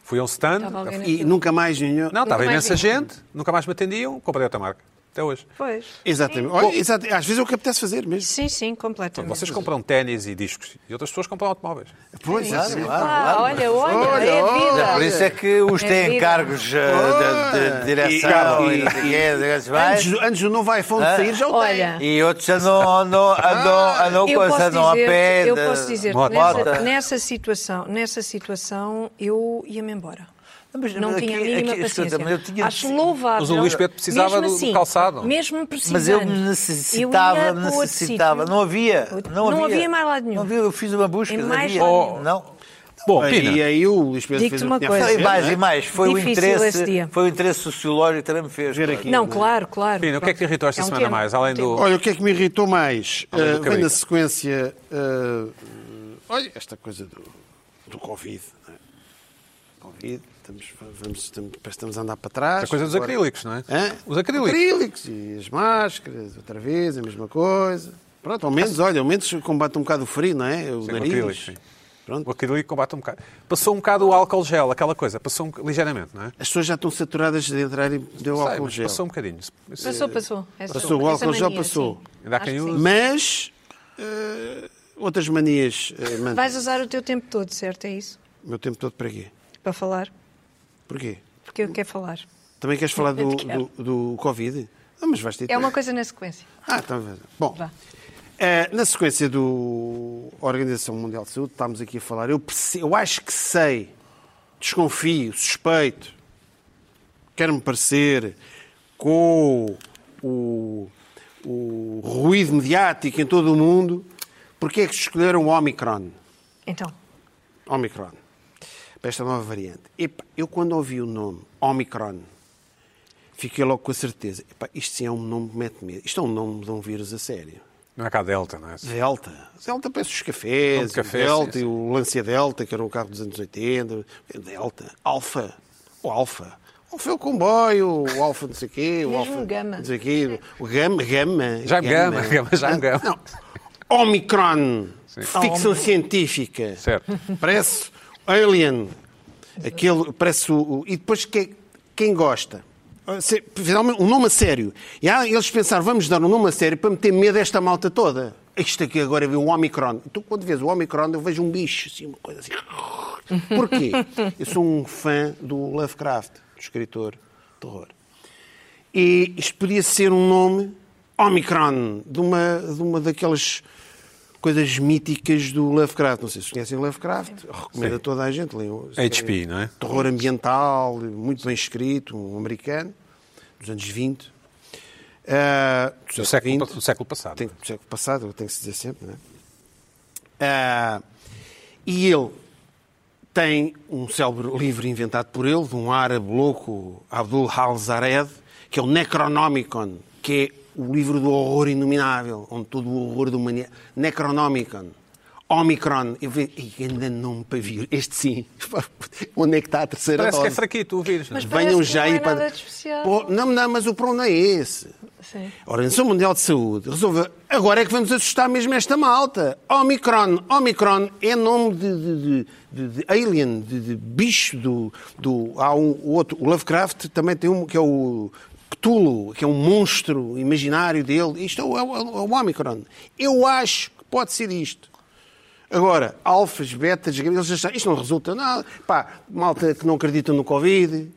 Speaker 1: Fui a um stand.
Speaker 3: Estava né? alguém na
Speaker 2: E
Speaker 3: fila.
Speaker 2: nunca mais nenhum.
Speaker 1: Não, estava
Speaker 3: mais
Speaker 1: imensa
Speaker 3: vi.
Speaker 1: gente. Nunca mais me atendiam. Comprei outra marca. Até hoje.
Speaker 3: Pois.
Speaker 2: Exatamente. Olha, exato, às vezes é o que apetece fazer mesmo.
Speaker 3: Sim, sim, completamente.
Speaker 1: Vocês compram ténis e discos. E outras pessoas compram automóveis.
Speaker 2: Pois, exatamente.
Speaker 3: Ah, olha, olha, é a vida.
Speaker 4: é Por isso é que os têm
Speaker 3: vida.
Speaker 4: cargos eh, de, de- de
Speaker 2: E-
Speaker 4: direção e,
Speaker 2: e-
Speaker 4: não sei o quê, não sei o que mais.
Speaker 2: Antes, do- antes do novo iPhone
Speaker 1: Ah.
Speaker 2: sair, já o
Speaker 3: Olha.
Speaker 2: tem.
Speaker 4: E outros andam, andam,
Speaker 2: Ah.
Speaker 4: andam, andam,
Speaker 3: Eu
Speaker 4: coisa,
Speaker 3: posso
Speaker 4: andam a
Speaker 3: dizer,
Speaker 4: pé.
Speaker 3: eu
Speaker 4: de-
Speaker 3: posso dizer
Speaker 1: moto.
Speaker 4: Moto.
Speaker 3: nessa, nessa situação, nessa situação eu ia-me embora.
Speaker 4: Não, mas-
Speaker 3: não
Speaker 4: mas
Speaker 3: tinha a
Speaker 4: aqui-
Speaker 3: mínima
Speaker 4: aqui- escuta,
Speaker 3: paciência.
Speaker 4: mas eu tinha-
Speaker 3: Acho louvável.
Speaker 1: Mas o Luís Pedro precisava
Speaker 3: mesmo
Speaker 1: do- do
Speaker 3: assim,
Speaker 1: calçado.
Speaker 3: Mesmo precisando.
Speaker 4: Mas eu
Speaker 3: ia
Speaker 4: necessitava,
Speaker 3: para outro
Speaker 4: necessitava.
Speaker 3: sítio.
Speaker 4: Não havia. Não,
Speaker 3: Não havia mais lado nenhum.
Speaker 4: Não havia, eu fiz uma busca.
Speaker 3: Em
Speaker 4: não
Speaker 3: mais
Speaker 4: havia.
Speaker 2: Oh.
Speaker 3: lado nenhum.
Speaker 4: Não.
Speaker 1: Bom,
Speaker 2: E
Speaker 1: Pina,
Speaker 2: aí é o Luís Pedro
Speaker 3: Digo-te
Speaker 2: fez o
Speaker 3: uma
Speaker 2: que tinha a
Speaker 3: coisa.
Speaker 4: E
Speaker 2: fazer,
Speaker 4: mais,
Speaker 2: não é?
Speaker 4: e mais. Foi o,
Speaker 3: Difícil esse
Speaker 4: interesse,
Speaker 3: dia.
Speaker 4: foi o interesse sociológico que também me fez.
Speaker 2: Ver aqui.
Speaker 3: Não, claro, claro.
Speaker 1: Pina, o que é que te irritou esta
Speaker 3: É um
Speaker 1: semana
Speaker 3: tema,
Speaker 1: mais?
Speaker 3: é um
Speaker 1: Além do-
Speaker 3: tema.
Speaker 2: Olha, o que é que me irritou mais?
Speaker 1: Além do
Speaker 2: Eh, vem
Speaker 1: cabrito.
Speaker 2: na sequência. eh, olha, esta coisa do, do Covid. não é? Covid, estamos, vamos, estamos, parece que estamos a andar para trás.
Speaker 1: a coisa dos
Speaker 2: Agora-
Speaker 1: acrílicos, não é?
Speaker 2: Hã?
Speaker 1: Os acrílicos.
Speaker 2: Acrílicos e as máscaras, outra vez, a mesma coisa. Pronto, ao menos, olha, ao menos combate um bocado o frio, não é? O
Speaker 1: Sim, o
Speaker 2: nariz.
Speaker 1: acrílico, sim. O
Speaker 2: Pronto.
Speaker 1: acrílico combate um bocado. Passou um bocado o álcool gel, aquela coisa. Passou um- ligeiramente, não é?
Speaker 2: As pessoas já estão saturadas de entrarem deu
Speaker 1: Sei,
Speaker 2: álcool
Speaker 1: mas
Speaker 2: gel.
Speaker 1: passou um bocadinho. Isso-
Speaker 3: Passou, passou. Essa-
Speaker 2: Passou, o
Speaker 3: essa
Speaker 2: álcool já
Speaker 3: mania,
Speaker 2: passou.
Speaker 3: sim.
Speaker 1: Ainda há quem
Speaker 3: Acho que
Speaker 1: use.
Speaker 3: sim.
Speaker 2: Mas eh, outras manias. eh, mano,
Speaker 3: Vais usar o teu tempo todo, certo? É isso?
Speaker 2: o meu tempo todo para quê?
Speaker 3: Para falar?
Speaker 2: Porquê?
Speaker 3: Porque eu quero falar.
Speaker 2: Também queres falar do, do,
Speaker 3: Quero.
Speaker 2: do Covid? Ah, mas vais ter
Speaker 3: É uma
Speaker 2: tempo.
Speaker 3: coisa na sequência.
Speaker 2: Ah, tá vendo. Bom,
Speaker 3: Vá.
Speaker 2: eh, na sequência do Organização Mundial de Saúde, estamos aqui a falar, eu, perce- eu acho que sei, desconfio, suspeito, quero-me parecer com o, o ruído mediático em todo o mundo, porque é que escolheram o Omicron?
Speaker 3: Então,
Speaker 2: Omicron. Para esta nova variante. Epá, eu quando ouvi o nome Omicron, fiquei logo com a certeza. Epá, isto sim é um nome que mete medo. Isto é um nome de um vírus a sério.
Speaker 1: Não é cá a Delta, não é?
Speaker 2: Delta. Delta parece os
Speaker 1: Nome
Speaker 2: cafés.
Speaker 1: de É um café,
Speaker 2: o Delta
Speaker 1: sim,
Speaker 2: e
Speaker 1: sim.
Speaker 2: o Lancia Delta, que era um carro dos anos 80. Delta. Alfa. O Alfa. Alfa é o comboio, o Alfa não sei o quê. O
Speaker 3: Mesmo
Speaker 2: Alfa
Speaker 3: Gama.
Speaker 2: não sei o quê. O Gama. Gama.
Speaker 1: Já é Gama, Gama, já é Gama.
Speaker 2: Não. Omicron. Ficção
Speaker 3: Omicron.
Speaker 2: científica.
Speaker 1: Certo.
Speaker 2: Parece Alien. Aquele, parece o, o- E depois quem, quem gosta? Se- Finalmente, um nome a sério. E há, eles pensaram, vamos dar um nome a sério para meter medo a esta malta toda. Isto aqui agora vê o Omicron. Tu, quando vês o Omicron, eu vejo um bicho, assim, uma coisa assim. Porquê? Eu sou um fã do Lovecraft, do escritor de terror. E isto podia ser um nome Omicron, de uma, de uma daquelas coisas míticas do Lovecraft. Não sei se conhecem Lovecraft, recomendo a toda a gente. leiam.
Speaker 1: HP, não é?
Speaker 2: Terror ambiental, muito bem escrito, um americano, dos anos 20. Ah,
Speaker 1: Do
Speaker 2: anos
Speaker 1: século, do século passado.
Speaker 2: Ah, tem, do século passado, tem que se dizer sempre, não é? Ah, e ele tem um célebre livro inventado por ele, de um árabe louco, Abdul Halzared, que é o Necronomicon, que é o livro do horror inominável, onde todo o horror da humanidade... Necronomicon. Omicron. Eu vejo... E ainda nome para vir. Este sim. Onde é que está a terceira
Speaker 1: Parece que é
Speaker 2: dose?
Speaker 1: fraquito o vírus. não é?
Speaker 3: Mas- Parece
Speaker 2: Venham
Speaker 3: que
Speaker 2: já
Speaker 3: não
Speaker 2: aí
Speaker 3: é
Speaker 2: para.
Speaker 3: nada de especial.
Speaker 2: Pô, não, não, mas o problema não é esse.
Speaker 3: Sim.
Speaker 2: A Organização Mundial de Saúde resolveu. Agora é que vamos assustar mesmo esta malta. Omicron. Omicron é nome de, de- de- de- de alien, de, de bicho do. do há um, o outro. O Lovecraft também tem um que é o. Cthulhu, que é um monstro imaginário dele. Isto é o, é o- é o Omicron. Eu acho que pode ser isto. Agora, alfas, betas, gamas, eles acham, isto não resulta nada. Pá, malta que não acredita no Covid,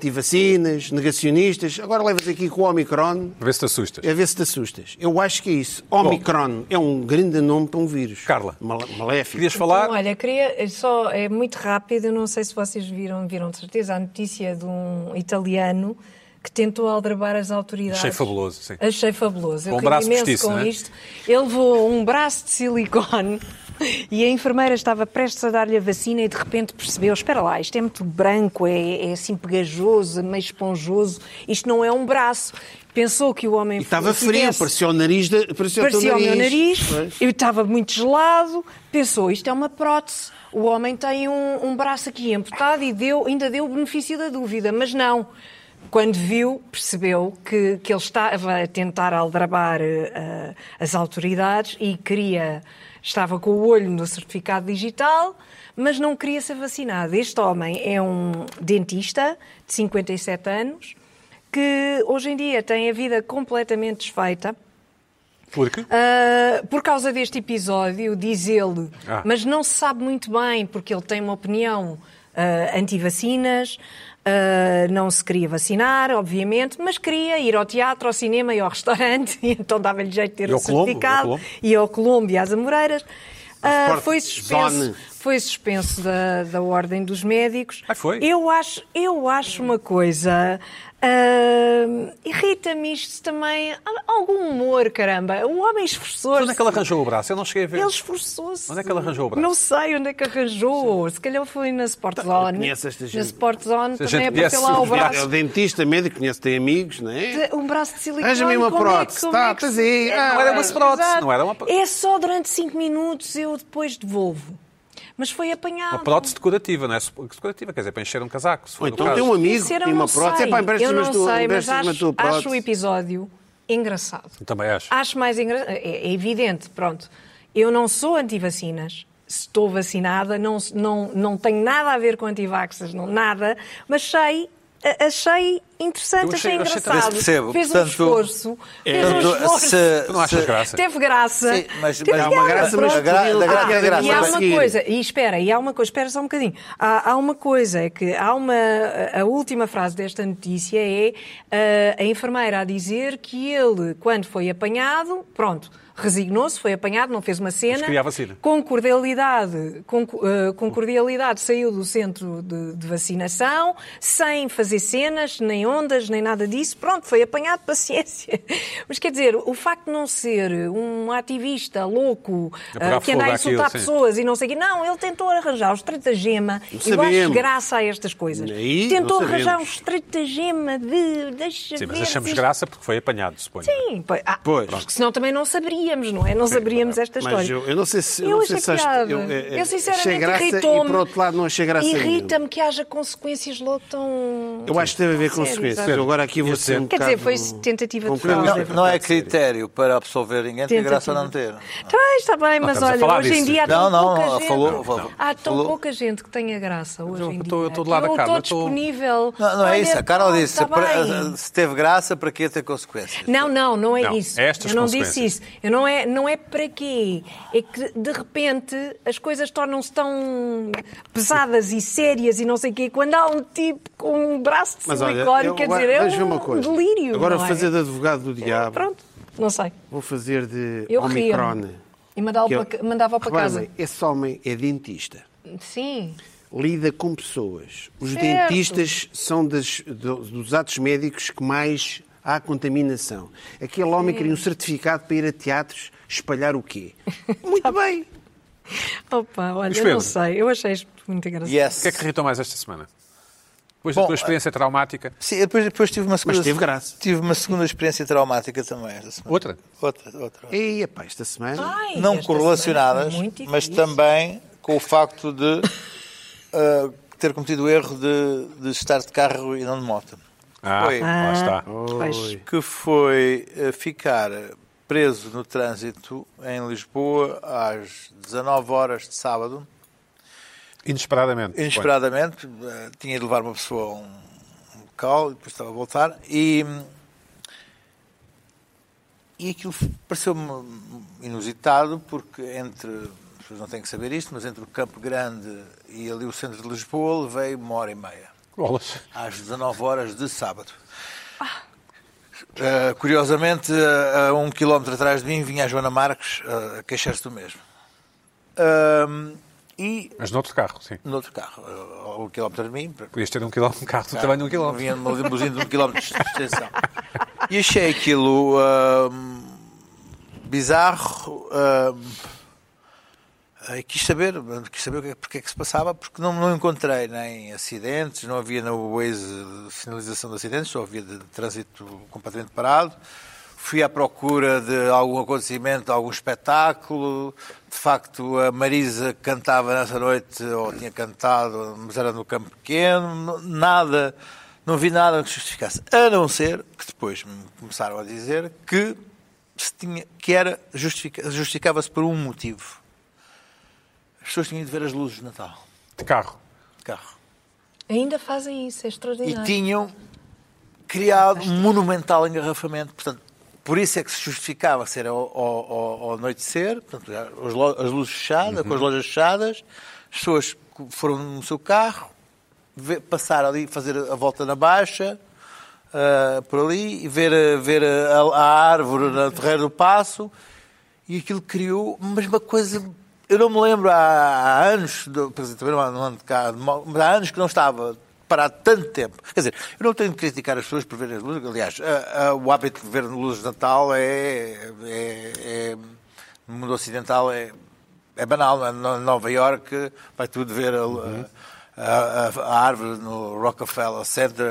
Speaker 2: antivacinas, negacionistas, agora levas aqui com o Omicron,
Speaker 1: Vê se te assustas.
Speaker 2: a ver se te assustas. Eu acho que é isso. Omicron é um grande nome para um vírus.
Speaker 1: Carla.
Speaker 2: Mal- maléfico.
Speaker 1: Querias falar?
Speaker 3: Então, olha, queria só, é muito rápido, eu não sei se vocês viram, viram de certeza a notícia de um italiano que tentou aldrabar as autoridades.
Speaker 1: Achei fabuloso, sim.
Speaker 3: Achei fabuloso. Eu
Speaker 1: Com um
Speaker 3: queria
Speaker 1: braço
Speaker 3: imenso
Speaker 1: postiço,
Speaker 3: com
Speaker 1: não é?
Speaker 3: isto. Ele levou um braço de silicone e a enfermeira estava prestes a dar-lhe a vacina e de repente percebeu, espera lá, isto é muito branco, é, é assim pegajoso, é meio esponjoso, isto não é um braço. Pensou que o homem...
Speaker 2: E estava frio,
Speaker 3: tivesse-
Speaker 2: parecia o nariz. De, parecia o teu
Speaker 3: Parecia o meu nariz,
Speaker 2: Pois.
Speaker 3: eu estava muito gelado, pensou, isto é uma prótese, o homem tem um, um braço aqui amputado e deu, ainda deu o benefício da dúvida, mas não. Quando viu, percebeu que, que ele estava a tentar aldrabar eh, eh, as autoridades e queria, estava com o olho no certificado digital, mas não queria ser vacinado. Este homem é um dentista de 57 anos que hoje em dia tem a vida completamente desfeita. é.
Speaker 1: Porque?
Speaker 3: Uh, por causa deste episódio, diz ele,
Speaker 1: Ah.
Speaker 3: mas não se sabe muito bem, porque ele tem uma opinião uh, anti-vacinas, uh, não se queria vacinar, obviamente, mas queria ir ao teatro, ao cinema e ao restaurante, e então dava-lhe jeito de ter
Speaker 1: E
Speaker 3: o
Speaker 1: ao Colombo,
Speaker 3: certificado,
Speaker 1: ao Colombo.
Speaker 3: e ao Colombo e às Amoreiras. Uh,
Speaker 2: Sport
Speaker 3: foi suspenso,
Speaker 2: Zone.
Speaker 3: foi suspenso da, da Ordem dos Médicos.
Speaker 1: Ah, foi?
Speaker 3: Eu acho, eu acho uma coisa. ah, Irrita-me isto também. Há Algum humor, caramba. O homem esforçou-se.
Speaker 1: Onde é que ele arranjou o braço? Eu não cheguei a ver.
Speaker 3: Ele esforçou-se.
Speaker 1: Onde é que ele arranjou o braço?
Speaker 3: Não sei onde é que arranjou. Se calhar foi na Sport
Speaker 1: Então,
Speaker 3: Zone.
Speaker 2: conheço esta gente.
Speaker 3: Na Sport Zone
Speaker 1: Se a
Speaker 3: também
Speaker 1: gente
Speaker 3: apareceu lá o
Speaker 1: conhece o
Speaker 2: É o
Speaker 3: braço.
Speaker 2: dentista, médico, conhece, tem amigos, não é?
Speaker 3: de- Um braço de silicone.
Speaker 2: Arranja-me uma
Speaker 3: Como é que-
Speaker 2: prótese.
Speaker 3: como é
Speaker 2: Tá,
Speaker 3: que
Speaker 2: pois
Speaker 3: se-
Speaker 2: é. Ah,
Speaker 1: Não era uma prótese,
Speaker 3: Exato.
Speaker 1: não era uma-
Speaker 3: É só durante 5 minutos, eu depois devolvo. Mas foi apanhado.
Speaker 1: Uma prótese decorativa, não é? Sup- Decorativa, quer dizer, para encher um casaco. Se for
Speaker 2: Ou
Speaker 1: do
Speaker 2: então
Speaker 1: caso.
Speaker 2: tem um amigo,
Speaker 3: Isso eu
Speaker 2: tem
Speaker 3: não
Speaker 2: uma prótese.
Speaker 3: sei.
Speaker 2: É pá,
Speaker 3: Eu
Speaker 2: empresta-me
Speaker 3: não
Speaker 2: a tua
Speaker 3: sei, mas
Speaker 2: empresta-me a tua
Speaker 3: acho, acho o
Speaker 2: prótese.
Speaker 3: episódio engraçado.
Speaker 1: Também acho.
Speaker 3: Acho mais engraçado. É, é evidente, pronto. Eu não sou anti-vacinas. Estou vacinada, não, não, não tenho nada a ver com antivaxas, não nada, mas sei, a- achei interessante,
Speaker 1: Eu achei-
Speaker 3: achei,
Speaker 1: eu achei também.
Speaker 3: engraçado.
Speaker 4: Esse percebo.
Speaker 3: Fez um
Speaker 4: Portanto,
Speaker 3: esforço. Fez um
Speaker 4: Portanto,
Speaker 3: esforço.
Speaker 4: se-
Speaker 1: Tu não achas
Speaker 4: se-
Speaker 1: graça?
Speaker 3: Teve graça.
Speaker 4: Sim, mas-
Speaker 3: Teve
Speaker 4: mas há uma
Speaker 2: graça, mas
Speaker 3: pronto.
Speaker 2: podia- da graça, da graça,
Speaker 3: E há
Speaker 2: vai
Speaker 3: uma
Speaker 2: seguir.
Speaker 3: coisa, e espera, e há uma coisa, espera só um bocadinho. Há, há uma coisa, é que há uma. A última frase desta notícia é ah, a enfermeira a dizer que ele, quando foi apanhado, pronto, resignou-se, foi apanhado, não fez uma cena.
Speaker 1: Mas queria a vacina.
Speaker 3: Com cordialidade, com, co- eh, com cordialidade saiu do centro de, de vacinação, sem fazer cenas, nem ondas, nem nada disso. Pronto, foi apanhado, paciência. Mas quer dizer, o facto de não ser um ativista louco
Speaker 1: A pegar
Speaker 3: eh, que anda a
Speaker 1: fogo
Speaker 3: insultar
Speaker 1: àquilo, sim.
Speaker 3: pessoas e não sei o quê. Não, ele tentou arranjar um estratagema. Eu acho
Speaker 2: sabemos.
Speaker 3: graça a estas coisas.
Speaker 2: Aí,
Speaker 3: tentou
Speaker 2: não
Speaker 3: arranjar um
Speaker 2: sabemos.
Speaker 3: estratagema de. Deixa
Speaker 1: Sim, mas
Speaker 3: ver
Speaker 1: achamos
Speaker 3: se isto-
Speaker 1: graça porque foi apanhado, suponho.
Speaker 3: Sim, pois, ah,
Speaker 2: Pois.
Speaker 3: porque senão também não saberíamos, não é? Não saberíamos esta
Speaker 2: Mas
Speaker 3: história.
Speaker 2: eu- eu não sei se- eu
Speaker 3: Eu
Speaker 2: não
Speaker 3: achei
Speaker 2: sei se acho-
Speaker 3: piada.
Speaker 2: eu- é- é-
Speaker 3: Eu, sinceramente
Speaker 2: achei graça e,
Speaker 3: irritou-me.
Speaker 2: por outro lado, não achei graça nenhuma.
Speaker 3: Irrita-me que haja consequências logo tão.
Speaker 2: Eu acho que teve a ver
Speaker 3: tão sérias,
Speaker 2: consequências.
Speaker 3: sabe?
Speaker 2: Eu agora aqui vou
Speaker 1: Quer
Speaker 2: ser um
Speaker 3: Quer dizer,
Speaker 2: bocado-
Speaker 3: foi tentativa de
Speaker 2: Concreto.
Speaker 3: fraude.
Speaker 4: Não,
Speaker 2: Mas é
Speaker 4: não é
Speaker 2: verdade, sério.
Speaker 4: critério para absolver ninguém, tem
Speaker 3: Tentativa.
Speaker 4: graça não ter.
Speaker 3: Tá, está bem, mas
Speaker 1: estamos a
Speaker 3: olha,
Speaker 1: falar
Speaker 3: hoje em
Speaker 1: disso.
Speaker 3: dia há tão
Speaker 4: Não, não,
Speaker 3: pouca
Speaker 4: ela
Speaker 3: gente.
Speaker 4: falou- falou-
Speaker 3: há tão
Speaker 4: falou.
Speaker 3: pouca gente que tenha graça hoje
Speaker 1: eu
Speaker 3: em
Speaker 1: tô-
Speaker 3: dia.
Speaker 1: eu tô do lado da
Speaker 3: Eu
Speaker 1: Carla,
Speaker 3: estou
Speaker 1: eu tô-
Speaker 3: disponível.
Speaker 4: Não, não é
Speaker 3: Olha,
Speaker 4: isso, a Carol
Speaker 3: tá-
Speaker 4: disse,
Speaker 3: tá
Speaker 4: pra-
Speaker 3: bem.
Speaker 4: se teve graça, para que ter consequências?
Speaker 3: Não, não, não é
Speaker 1: Não,
Speaker 3: isso.
Speaker 1: é estas
Speaker 3: eu não
Speaker 1: consequências.
Speaker 3: disse isso. Eu não é, não é para quê. É que de repente as coisas tornam-se tão pesadas e sérias e não sei o quê quando há um tipo com um braço de
Speaker 2: Mas
Speaker 3: silicone,
Speaker 2: olha, eu
Speaker 3: quer
Speaker 2: agora-
Speaker 3: dizer, é
Speaker 2: deixa-me
Speaker 3: um
Speaker 2: uma coisa.
Speaker 3: delírio.
Speaker 2: Agora
Speaker 3: não
Speaker 2: vou
Speaker 3: é?
Speaker 2: fazer de advogado do diabo.
Speaker 3: Pronto, não sei.
Speaker 2: Vou fazer de
Speaker 3: Eu ria.
Speaker 2: Omicron.
Speaker 3: E mandava
Speaker 2: Que eu-
Speaker 3: para, mandava para
Speaker 2: Reparem
Speaker 3: casa.
Speaker 2: bem, Esse homem é dentista.
Speaker 3: Sim.
Speaker 2: Lida com pessoas. Os
Speaker 3: Certo.
Speaker 2: dentistas são das- do- dos atos médicos que mais há contaminação. Aquele homem queria um certificado para ir a teatros espalhar o quê? Muito bem.
Speaker 3: Opa, olha,
Speaker 1: Mas,
Speaker 3: eu não
Speaker 1: Pedro.
Speaker 3: sei. Eu achei isto muito engraçado.
Speaker 1: O
Speaker 4: Yes.
Speaker 1: que é que irritou mais esta semana? Depois
Speaker 4: Bom,
Speaker 1: da tua experiência traumática.
Speaker 4: Sim, eu depois, depois tive uma segunda.
Speaker 2: teve graça.
Speaker 4: Tive uma segunda experiência traumática também esta semana.
Speaker 1: Outra?
Speaker 4: Outra, outra.
Speaker 2: E, epá, esta semana...
Speaker 3: Ai,
Speaker 4: não
Speaker 3: esta
Speaker 4: correlacionadas,
Speaker 3: semana foi muito
Speaker 4: mas
Speaker 3: difícil.
Speaker 4: também com o facto de ah, ter cometido o erro de, de estar de carro e não de moto.
Speaker 1: Ah,
Speaker 4: Foi.
Speaker 1: lá está.
Speaker 3: Pois.
Speaker 4: Que foi ah, ficar preso no trânsito em Lisboa às 19 horas de sábado.
Speaker 1: Inesperadamente. suponho.
Speaker 4: Inesperadamente, eh, tinha de levar uma pessoa a um um local, e depois estava a voltar, e, e aquilo pareceu-me inusitado, porque entre, as pessoas não têm que saber isto, mas entre o Campo Grande e ali o centro de Lisboa, levei uma hora e meia
Speaker 1: Bolas.
Speaker 4: às 19 horas de sábado. Uh, curiosamente, uh, a um eh, quilómetro atrás de mim vinha a Joana Marques uh, a queixar-se do mesmo. Um, E
Speaker 1: Mas noutro carro, sim.
Speaker 4: noutro carro, eh, um quilómetro de mim,
Speaker 1: Podias ter um quilómetro, um carro
Speaker 4: Ah.
Speaker 1: do trabalho de um quilómetro.
Speaker 4: Vinha numa limusine de um quilómetro de extensão. E achei aquilo ahm, bizarro. ahm, eh, quis saber, quis saber o que é- porque é que se passava, porque não, não encontrei nem acidentes, não havia no Waze sinalização de acidentes, só havia de trânsito completamente parado. Fui à procura de algum acontecimento, algum espetáculo. De facto, a Marisa cantava nessa noite, ou tinha cantado, mas era no campo pequeno, n- nada, não vi nada que justificasse. A não ser que depois me começaram a dizer que, se tinha, que era, justifica- justificava-se por um motivo. As pessoas tinham de ver as luzes de Natal,
Speaker 1: De carro.
Speaker 4: de carro.
Speaker 3: Ainda fazem isso, é
Speaker 4: E
Speaker 3: extraordinário.
Speaker 4: tinham criado um monumental engarrafamento. Portanto, por isso é que se justificava ser ao, ao- ao- ao anoitecer, portanto, as, lo- as luzes fechadas, com as lojas fechadas, as pessoas que foram no seu carro, ve- passar ali, fazer a volta na baixa, ah, por ali, e ver, a- ver ah, a, a árvore na Terreira do Passo, e aquilo criou, mas uma coisa. Eu não me lembro há, há anos, do- quer dizer, também não há- não ando cá de mal, mas há anos que não estava parado tanto tempo. Quer dizer, eu não tenho de criticar as pessoas por verem as luzes, aliás, a- a- o hábito de ver luzes de Natal é, é- é- No mundo ocidental é, é banal, não é? No- Nova Iorque vai tudo ver a. a- a- a árvore no Rockefeller Center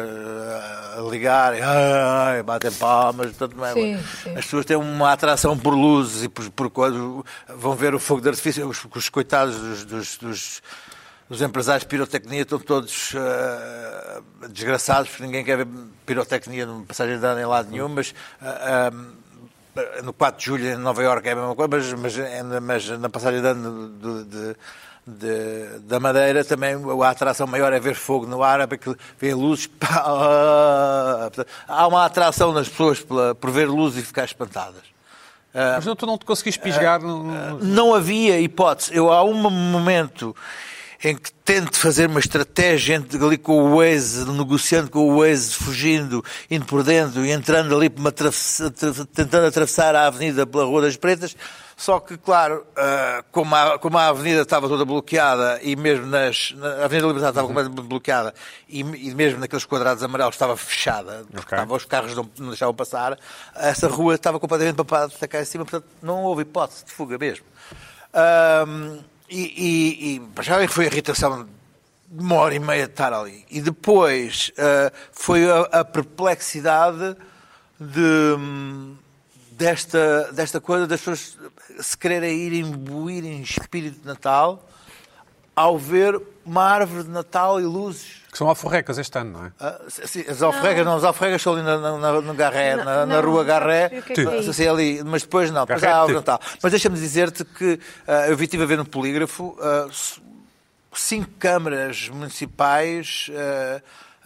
Speaker 4: a ligar, e, ai, batem palmas, tanto mais.
Speaker 3: Sim, sim.
Speaker 4: As pessoas têm uma atração por luzes e por, por coisas. Vão ver o fogo de artifício. Os, os coitados dos, dos, dos- dos empresários de pirotecnia estão todos ah, desgraçados, porque ninguém quer ver pirotecnia numa passagem de ano em lado nenhum, mas. ah, ah, no 4 de julho em Nova Iorque é a mesma coisa, mas, mas, é na- mas na passagem de ano do- de- de- da Madeira também a atração maior é ver fogo no ar, é porque vê luzes. pá, ah, portanto, há uma atração nas pessoas pela- por ver luzes e ficar espantadas. Ah.
Speaker 1: Mas não, tu não te conseguiste pisgar no- no-
Speaker 4: Não havia hipótese. Eu, há um momento em que tento fazer uma estratégia entre- ali com o Waze, negociando com o Waze, fugindo, indo por dentro e entrando ali, por uma travessa- tra- tentando atravessar a avenida pela Rua das Pretas. Só que, claro, ah, como, a, como a avenida estava toda bloqueada e mesmo nas, na a Avenida da Liberdade estava completamente bloqueada e, e mesmo naqueles quadrados amarelos estava fechada, porque
Speaker 1: Ok.
Speaker 4: estava os carros não, não deixavam passar, essa rua estava completamente papada até cá em cima, portanto não houve hipótese de fuga mesmo. Ahm, e, e, e para já foi a irritação de uma hora e meia de estar ali. E depois ah, foi a, a perplexidade de, hum, desta, desta coisa das pessoas se quererem ir imbuir em espírito de Natal ao ver uma árvore de Natal e luzes.
Speaker 1: Que são alforrecas este ano, não é?
Speaker 4: Ah, sim, as alfregas, não, as alfregas são ali na, na, na- no Garré,
Speaker 3: Não,
Speaker 4: na, na
Speaker 3: não,
Speaker 4: rua
Speaker 3: não
Speaker 4: Garré,
Speaker 3: sei o que é que é
Speaker 4: Sim,
Speaker 3: isso.
Speaker 4: sim, ali, mas depois não, depois há
Speaker 1: Garré,
Speaker 4: árvore
Speaker 1: sim.
Speaker 4: de Natal. Mas deixa-me dizer-te que ah, eu vi, estive a ver no polígrafo ah, s- cinco câmaras municipais ah,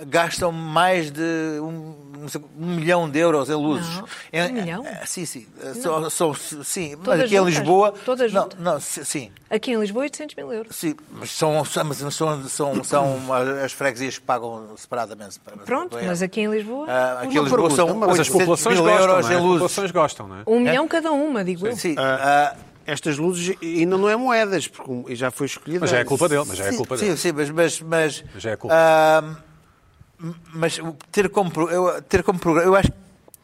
Speaker 4: gastam mais de um, não sei, um milhão de euros em luzes.
Speaker 3: Não,
Speaker 4: Em-
Speaker 3: um milhão?
Speaker 4: ah, sim, sim. ah, São, são- sim, mas
Speaker 3: Todas
Speaker 4: aqui em
Speaker 3: juntas?
Speaker 4: Lisboa.
Speaker 3: Todas
Speaker 4: não,
Speaker 3: juntas?
Speaker 4: não, si- sim.
Speaker 3: Aqui em Lisboa, 800 mil euros.
Speaker 4: Sim, mas são, são, mas são, são, são as freguesias que pagam separadamente.
Speaker 3: Pronto, mas aqui em Lisboa,
Speaker 4: Ah, aqui em
Speaker 2: Uma
Speaker 4: Lisboa são
Speaker 2: pergunta,
Speaker 1: Mas as
Speaker 4: 800
Speaker 1: populações
Speaker 4: mil
Speaker 1: gostam,
Speaker 4: euros
Speaker 1: não é?
Speaker 4: em Ah.
Speaker 1: As
Speaker 4: luzes.
Speaker 1: populações gostam, não é?
Speaker 3: um milhão cada uma, digo eu.
Speaker 4: Sim, ah,
Speaker 2: Estas luzes ainda não é moedas, porque já foi escolhida.
Speaker 1: Mas já é culpa dele, mas já é
Speaker 4: sim,
Speaker 1: culpa
Speaker 4: ah, sim,
Speaker 1: dele.
Speaker 4: sim, mas, mas, mas,
Speaker 1: Mas já é culpa.
Speaker 4: ah, mas o- ter como, pro- eu, ter como programa, eu acho que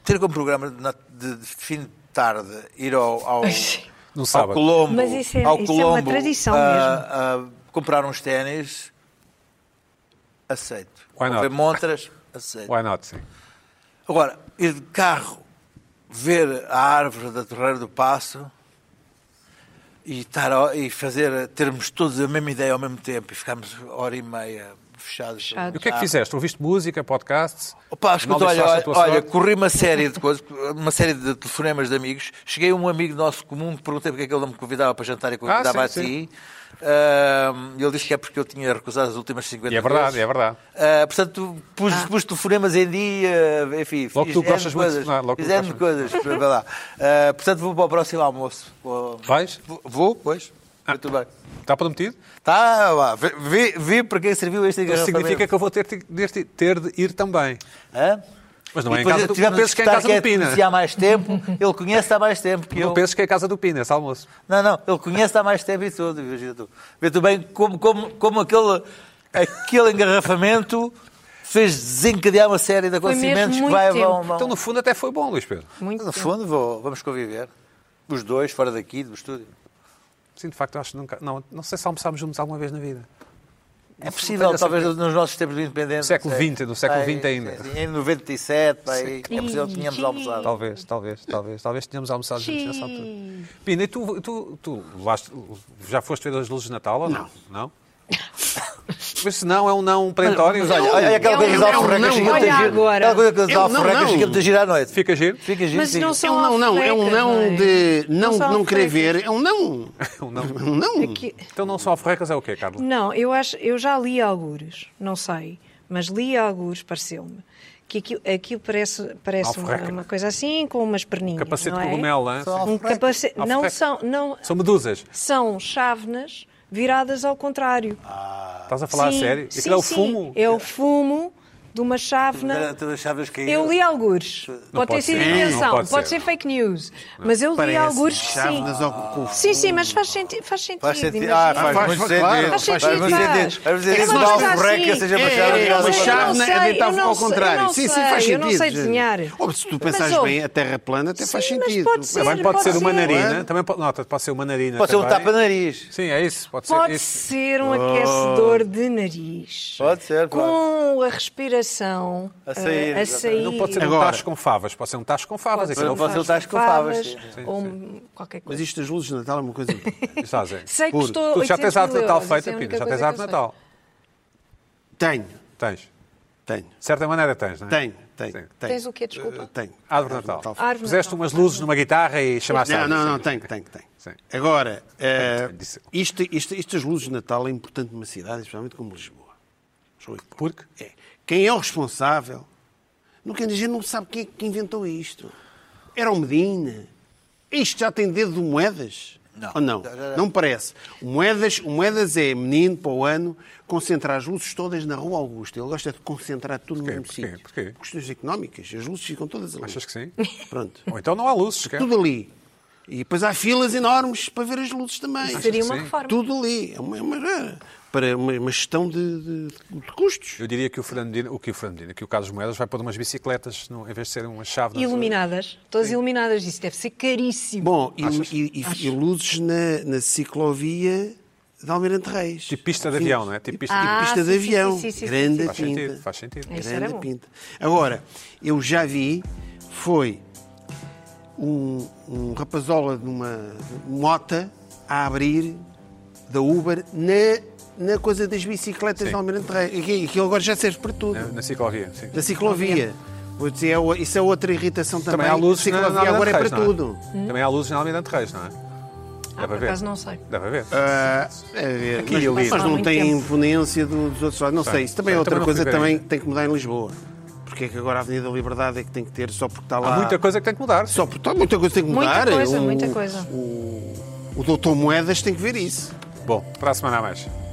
Speaker 4: ter como programa de, na- de- de fim de tarde ir ao, ao,
Speaker 1: No
Speaker 4: ao
Speaker 1: sábado.
Speaker 4: Colombo,
Speaker 3: Mas isso é-
Speaker 4: ao
Speaker 3: isso é uma
Speaker 4: Colombo,
Speaker 3: tradição
Speaker 4: ah, ah, comprar uns ténis, aceito.
Speaker 1: Why
Speaker 4: Ou
Speaker 1: not?
Speaker 4: ver montras, aceito.
Speaker 1: Why not, sim.
Speaker 4: Agora, ir de carro, ver a árvore da Torreira do Passo e, estar a- e fazer, termos todos a mesma ideia ao mesmo tempo e ficarmos hora e meia fechados.
Speaker 3: Fechados.
Speaker 1: E o que é
Speaker 4: Ah.
Speaker 1: que fizeste? Ouviste música, podcasts?
Speaker 4: Opa, escuta,
Speaker 1: Não
Speaker 4: olha,
Speaker 1: deixaste a
Speaker 4: olha,
Speaker 1: tua
Speaker 4: olha,
Speaker 1: sorte?
Speaker 4: corri uma série de coisas, uma série de telefonemas de amigos. Cheguei a um amigo nosso comum, perguntei porque é que ele não me convidava para jantar e convidava
Speaker 1: sim,
Speaker 4: a
Speaker 1: Ah, sim.
Speaker 4: ti. Ahm, ele disse que é porque eu tinha recusado as últimas 50
Speaker 1: E é verdade,
Speaker 4: vezes.
Speaker 1: é verdade.
Speaker 4: Ah, portanto, pus, pus telefonemas em dia, enfim,
Speaker 1: Logo
Speaker 4: fiz
Speaker 1: tu gostas
Speaker 4: N
Speaker 1: muito de
Speaker 4: coisas,
Speaker 1: telefonar, logo tu
Speaker 4: fiz N
Speaker 1: gostas
Speaker 4: coisas, para para lá. Ah, portanto, vou para o próximo almoço. Vou-
Speaker 1: Vais? Ah.
Speaker 4: Vou- Vou, pois. Muito bem.
Speaker 1: Está prometido?
Speaker 4: Tá, lá, vi- vi, vi para quem serviu este
Speaker 1: Isso
Speaker 4: engarrafamento.
Speaker 1: significa que eu vou ter, de- ter de- ter de ir também.
Speaker 4: Hã?
Speaker 1: Mas não
Speaker 4: E
Speaker 1: é em
Speaker 4: depois
Speaker 1: casa do-
Speaker 4: tivemos
Speaker 1: não
Speaker 4: de
Speaker 1: penses que é em
Speaker 4: discutir
Speaker 1: casa do
Speaker 4: quem é que
Speaker 1: Pina.
Speaker 4: conhecia há mais tempo. Ele conhece há mais tempo que eu.
Speaker 1: Não penses que é a casa do Pina, esse almoço.
Speaker 4: Não, não, ele conhece há mais tempo e tudo. Vê tu, vê tu bem como, como, como aquele, aquele engarrafamento fez desencadear uma série de
Speaker 3: Foi mesmo
Speaker 4: acontecimentos que
Speaker 3: muito
Speaker 4: vai
Speaker 3: tempo.
Speaker 4: vão, vão.
Speaker 1: Então, no fundo, até foi bom, Luís Pedro.
Speaker 3: Muito
Speaker 4: No
Speaker 3: tempo.
Speaker 4: fundo, vou- vamos conviver. Os dois, fora daqui, do estúdio.
Speaker 1: Sim, de facto, eu acho que nunca. Não, não sei se almoçámos juntos alguma vez na vida.
Speaker 4: É possível, talvez nos nossos tempos do Independente.
Speaker 1: século
Speaker 4: sei,
Speaker 1: XX, no século XX ainda.
Speaker 4: sei, Em 97, aí, é possível que
Speaker 3: Ih,
Speaker 4: tínhamos almoçado.
Speaker 1: Talvez, talvez, talvez. Talvez tenhamos almoçado juntos nessa altura.
Speaker 3: Sim.
Speaker 1: Pina, e tu, tu, tu levaste- já foste ver as luzes de Natal ou não? Não? Mas se não, é um não perentório.
Speaker 4: Mas olha, olha aquela
Speaker 3: Eu
Speaker 4: coisa que
Speaker 3: É um não,
Speaker 4: dá alforrecas
Speaker 2: não,
Speaker 4: que ele
Speaker 3: olha
Speaker 4: tem giro.
Speaker 3: agora.
Speaker 4: Aquela coisa que
Speaker 1: É
Speaker 4: ele dá
Speaker 2: Eu não,
Speaker 4: alforrecas
Speaker 2: não.
Speaker 4: que ele tem giro à noite.
Speaker 1: um Fica giro?
Speaker 4: Fica giro,
Speaker 3: Mas
Speaker 4: sim.
Speaker 2: É
Speaker 3: são
Speaker 2: um não, não, é um
Speaker 3: alforrecas,
Speaker 2: não
Speaker 3: não é?
Speaker 2: de não,
Speaker 3: Não são
Speaker 2: não querer
Speaker 3: alforrecas.
Speaker 2: ver, é um não.
Speaker 1: Um não.
Speaker 2: Um não.
Speaker 3: Que-
Speaker 1: Então não são alforrecas, é o quê, Carlos?
Speaker 3: Não, eu, acho, eu já li algures, não sei, mas li algures, pareceu-me, que aquilo, aquilo parece, parece uma,
Speaker 1: Alforreca.
Speaker 3: uma coisa assim, com umas perninhas.
Speaker 1: Um Capacete
Speaker 3: não
Speaker 1: de
Speaker 3: é?
Speaker 1: cogumelo, né? hein?
Speaker 4: Só-
Speaker 3: Um capacete.
Speaker 1: Alforreca.
Speaker 3: Não são, não,
Speaker 1: São medusas.
Speaker 3: são chávenas viradas ao contrário.
Speaker 1: Estás a Ah, falar
Speaker 3: Sim,
Speaker 1: a sério?
Speaker 3: Sim,
Speaker 1: Aquilo é o
Speaker 3: sim,
Speaker 1: fumo.
Speaker 3: É o fumo de uma chávena.
Speaker 4: Tu achavas que
Speaker 3: Eu li algures. pode ter
Speaker 1: pode
Speaker 3: sido
Speaker 1: ser. Não
Speaker 3: invenção,
Speaker 1: pode
Speaker 3: pode,
Speaker 1: ser.
Speaker 3: ser fake news. Mas eu li
Speaker 2: Parece.
Speaker 3: algures que sim.
Speaker 2: Chávenas ao cu.
Speaker 3: Sim, sim, mas faz, senti faz sentido.
Speaker 4: Faz sentido.
Speaker 3: imagina.
Speaker 4: Ah, faz,
Speaker 2: Faz-
Speaker 4: muito
Speaker 2: faz- claro,
Speaker 4: sentido.
Speaker 2: faz
Speaker 4: muito
Speaker 3: sentido, faz.
Speaker 4: sentido. Faz muito
Speaker 3: É
Speaker 4: sentido.
Speaker 3: que
Speaker 4: Dá
Speaker 3: não
Speaker 4: um
Speaker 3: está
Speaker 4: breca,
Speaker 3: assim.
Speaker 4: seja
Speaker 3: É,
Speaker 4: baixado
Speaker 3: é,
Speaker 4: virado
Speaker 3: eu
Speaker 4: ao
Speaker 3: não sei,
Speaker 4: contrário.
Speaker 3: eu não sei, eu
Speaker 2: habitava
Speaker 3: não
Speaker 2: né? tá ao
Speaker 3: sei, eu
Speaker 2: contrário.
Speaker 3: não
Speaker 2: sim, sim,
Speaker 3: sei,
Speaker 2: faz
Speaker 3: eu
Speaker 2: sentido.
Speaker 3: não sei desenhar.
Speaker 2: Ou se tu
Speaker 3: Mas,
Speaker 2: pensares
Speaker 3: oh,
Speaker 2: bem, a terra é plana até faz
Speaker 3: sim, mas
Speaker 2: sentido.
Speaker 3: pode ser.
Speaker 1: Também pode,
Speaker 3: pode
Speaker 1: ser, uma
Speaker 3: ser.
Speaker 1: narina. Também pode, não, tá, pode ser uma narina.
Speaker 4: Pode ser um
Speaker 1: também.
Speaker 4: tapa-nariz.
Speaker 1: Sim, é isso. Pode,
Speaker 3: Pode
Speaker 1: ser. isso.
Speaker 3: ser um aquecedor de nariz.
Speaker 4: Oh. Pode ser, claro.
Speaker 3: Com a respiração
Speaker 4: A sair,
Speaker 3: eh, a
Speaker 4: exatamente.
Speaker 3: sair.
Speaker 1: Não pode ser um
Speaker 2: Agora.
Speaker 1: tacho com favas. Pode ser um tacho com favas. Aquilo é o
Speaker 4: Pode ser um tacho com favas, sim.
Speaker 3: Ou um- qualquer
Speaker 2: Mas
Speaker 3: coisa.
Speaker 2: isto das luzes de Natal é uma coisa.
Speaker 1: Estás a dizer?
Speaker 3: Sei que
Speaker 1: Puro.
Speaker 3: custou
Speaker 1: Tu já
Speaker 3: 800
Speaker 1: tens a arte de
Speaker 3: mil
Speaker 1: Natal
Speaker 3: euros,
Speaker 1: feita,
Speaker 3: essa é a
Speaker 1: Pina.
Speaker 3: única
Speaker 1: Já tens
Speaker 3: coisa
Speaker 1: a arte de
Speaker 3: que eu
Speaker 1: Natal.
Speaker 2: tenho,
Speaker 1: Tens. De
Speaker 2: tenho,
Speaker 1: certa maneira tens, não é?
Speaker 2: tenho,
Speaker 1: Sim.
Speaker 2: tenho. tenho.
Speaker 3: Tens o quê? Desculpa.
Speaker 2: Tenho.
Speaker 1: Árvore de Natal.
Speaker 2: Ah,
Speaker 3: Árvore de
Speaker 1: Puseste
Speaker 3: Natal.
Speaker 1: umas luzes numa guitarra e chamaste a
Speaker 2: Não, não,
Speaker 1: árvore.
Speaker 2: não, tenho, tenho, tenho.
Speaker 1: é Sim.
Speaker 2: Agora, eh,
Speaker 1: Tenho, disse.
Speaker 2: isto, isto, estas luzes de Natal é importante numa cidade, especialmente como Lisboa. Sou eu.
Speaker 1: Porque?
Speaker 2: É. Quem é o responsável? Nunca a gente não sabe quem é que inventou isto. Era o Medina. Isto já tem dedo de moedas?
Speaker 4: Não.
Speaker 2: Ou não?
Speaker 4: Já, já, já.
Speaker 2: Não parece. O moedas, o moedas é menino para o ano concentrar as luzes todas na Rua Augusta. Ele gosta de concentrar tudo
Speaker 1: Porquê?
Speaker 2: no mesmo
Speaker 1: Porquê?
Speaker 2: sítio.
Speaker 1: Porquê?
Speaker 2: Questões económicas. As luzes ficam todas ali.
Speaker 1: Achas que sim?
Speaker 2: Pronto.
Speaker 1: Ou então não há luzes, quer?
Speaker 2: Tudo ali. E depois há filas enormes para ver as luzes também.
Speaker 3: Seria uma
Speaker 1: Sim.
Speaker 3: reforma.
Speaker 2: Tudo ali. É uma, é uma- para uma, uma gestão de, de- de custos.
Speaker 1: Eu diria que o Fernando Medina, o que o Fernando Medina, que o Carlos Moedas vai pôr umas bicicletas no- em vez de serem uma chave. na-
Speaker 3: Iluminadas. Todas iluminadas. Isso deve ser caríssimo.
Speaker 2: Bom, e, e- e- e luzes na, na ciclovia de Almirante Reis.
Speaker 1: Tipo pista de avião, não é? Tipo pista de-
Speaker 2: Tipo
Speaker 3: Ah,
Speaker 2: pista de
Speaker 3: sim, sim,
Speaker 2: avião.
Speaker 3: sim, sim, sim,
Speaker 2: Grande
Speaker 3: sim.
Speaker 1: Faz
Speaker 2: pinta.
Speaker 1: sentido, faz sentido.
Speaker 3: É Isso era
Speaker 2: Grande
Speaker 3: bom.
Speaker 2: pinta. Agora, eu já vi, foi um, um rapazola de uma mota a abrir da Uber na, na coisa das bicicletas
Speaker 1: Sim. É.
Speaker 2: de Almirante Reis. E Aquilo agora já serve para tudo.
Speaker 1: Na, na ciclovia, sim.
Speaker 2: Da ciclovia. Vou dizer, é o- isso é outra irritação também.
Speaker 1: Também há luzes
Speaker 2: A
Speaker 1: na,
Speaker 2: ciclovia
Speaker 1: na Almirante
Speaker 2: agora é
Speaker 1: Reis,
Speaker 2: para
Speaker 1: não
Speaker 2: tudo.
Speaker 1: Também há luzes na Almirante Reis, não é?
Speaker 3: ah, por acaso não sei.
Speaker 1: Dá para ver.
Speaker 2: Ah, é ver, mas-
Speaker 1: Aquilo ali.
Speaker 2: mas,
Speaker 3: Há
Speaker 2: não
Speaker 3: muito
Speaker 2: tem
Speaker 3: tempo.
Speaker 2: imponência do- dos outros lados. Não
Speaker 1: Sim.
Speaker 2: sei, isso também é
Speaker 1: Sim,
Speaker 2: outra
Speaker 1: também não
Speaker 2: coisa
Speaker 1: fui
Speaker 2: que
Speaker 1: ver
Speaker 2: também
Speaker 1: ainda.
Speaker 2: tem que mudar em Lisboa. Porque é que agora a Avenida da Liberdade é que tem que ter só porque está lá.
Speaker 1: Há muita coisa que tem que mudar.
Speaker 2: Só porque está muita coisa que tem que
Speaker 3: Muita
Speaker 2: mudar.
Speaker 3: coisa,
Speaker 2: o,
Speaker 3: muita coisa.
Speaker 2: O, o doutor Moedas tem que ver isso.
Speaker 1: Bom, para a semana a mais.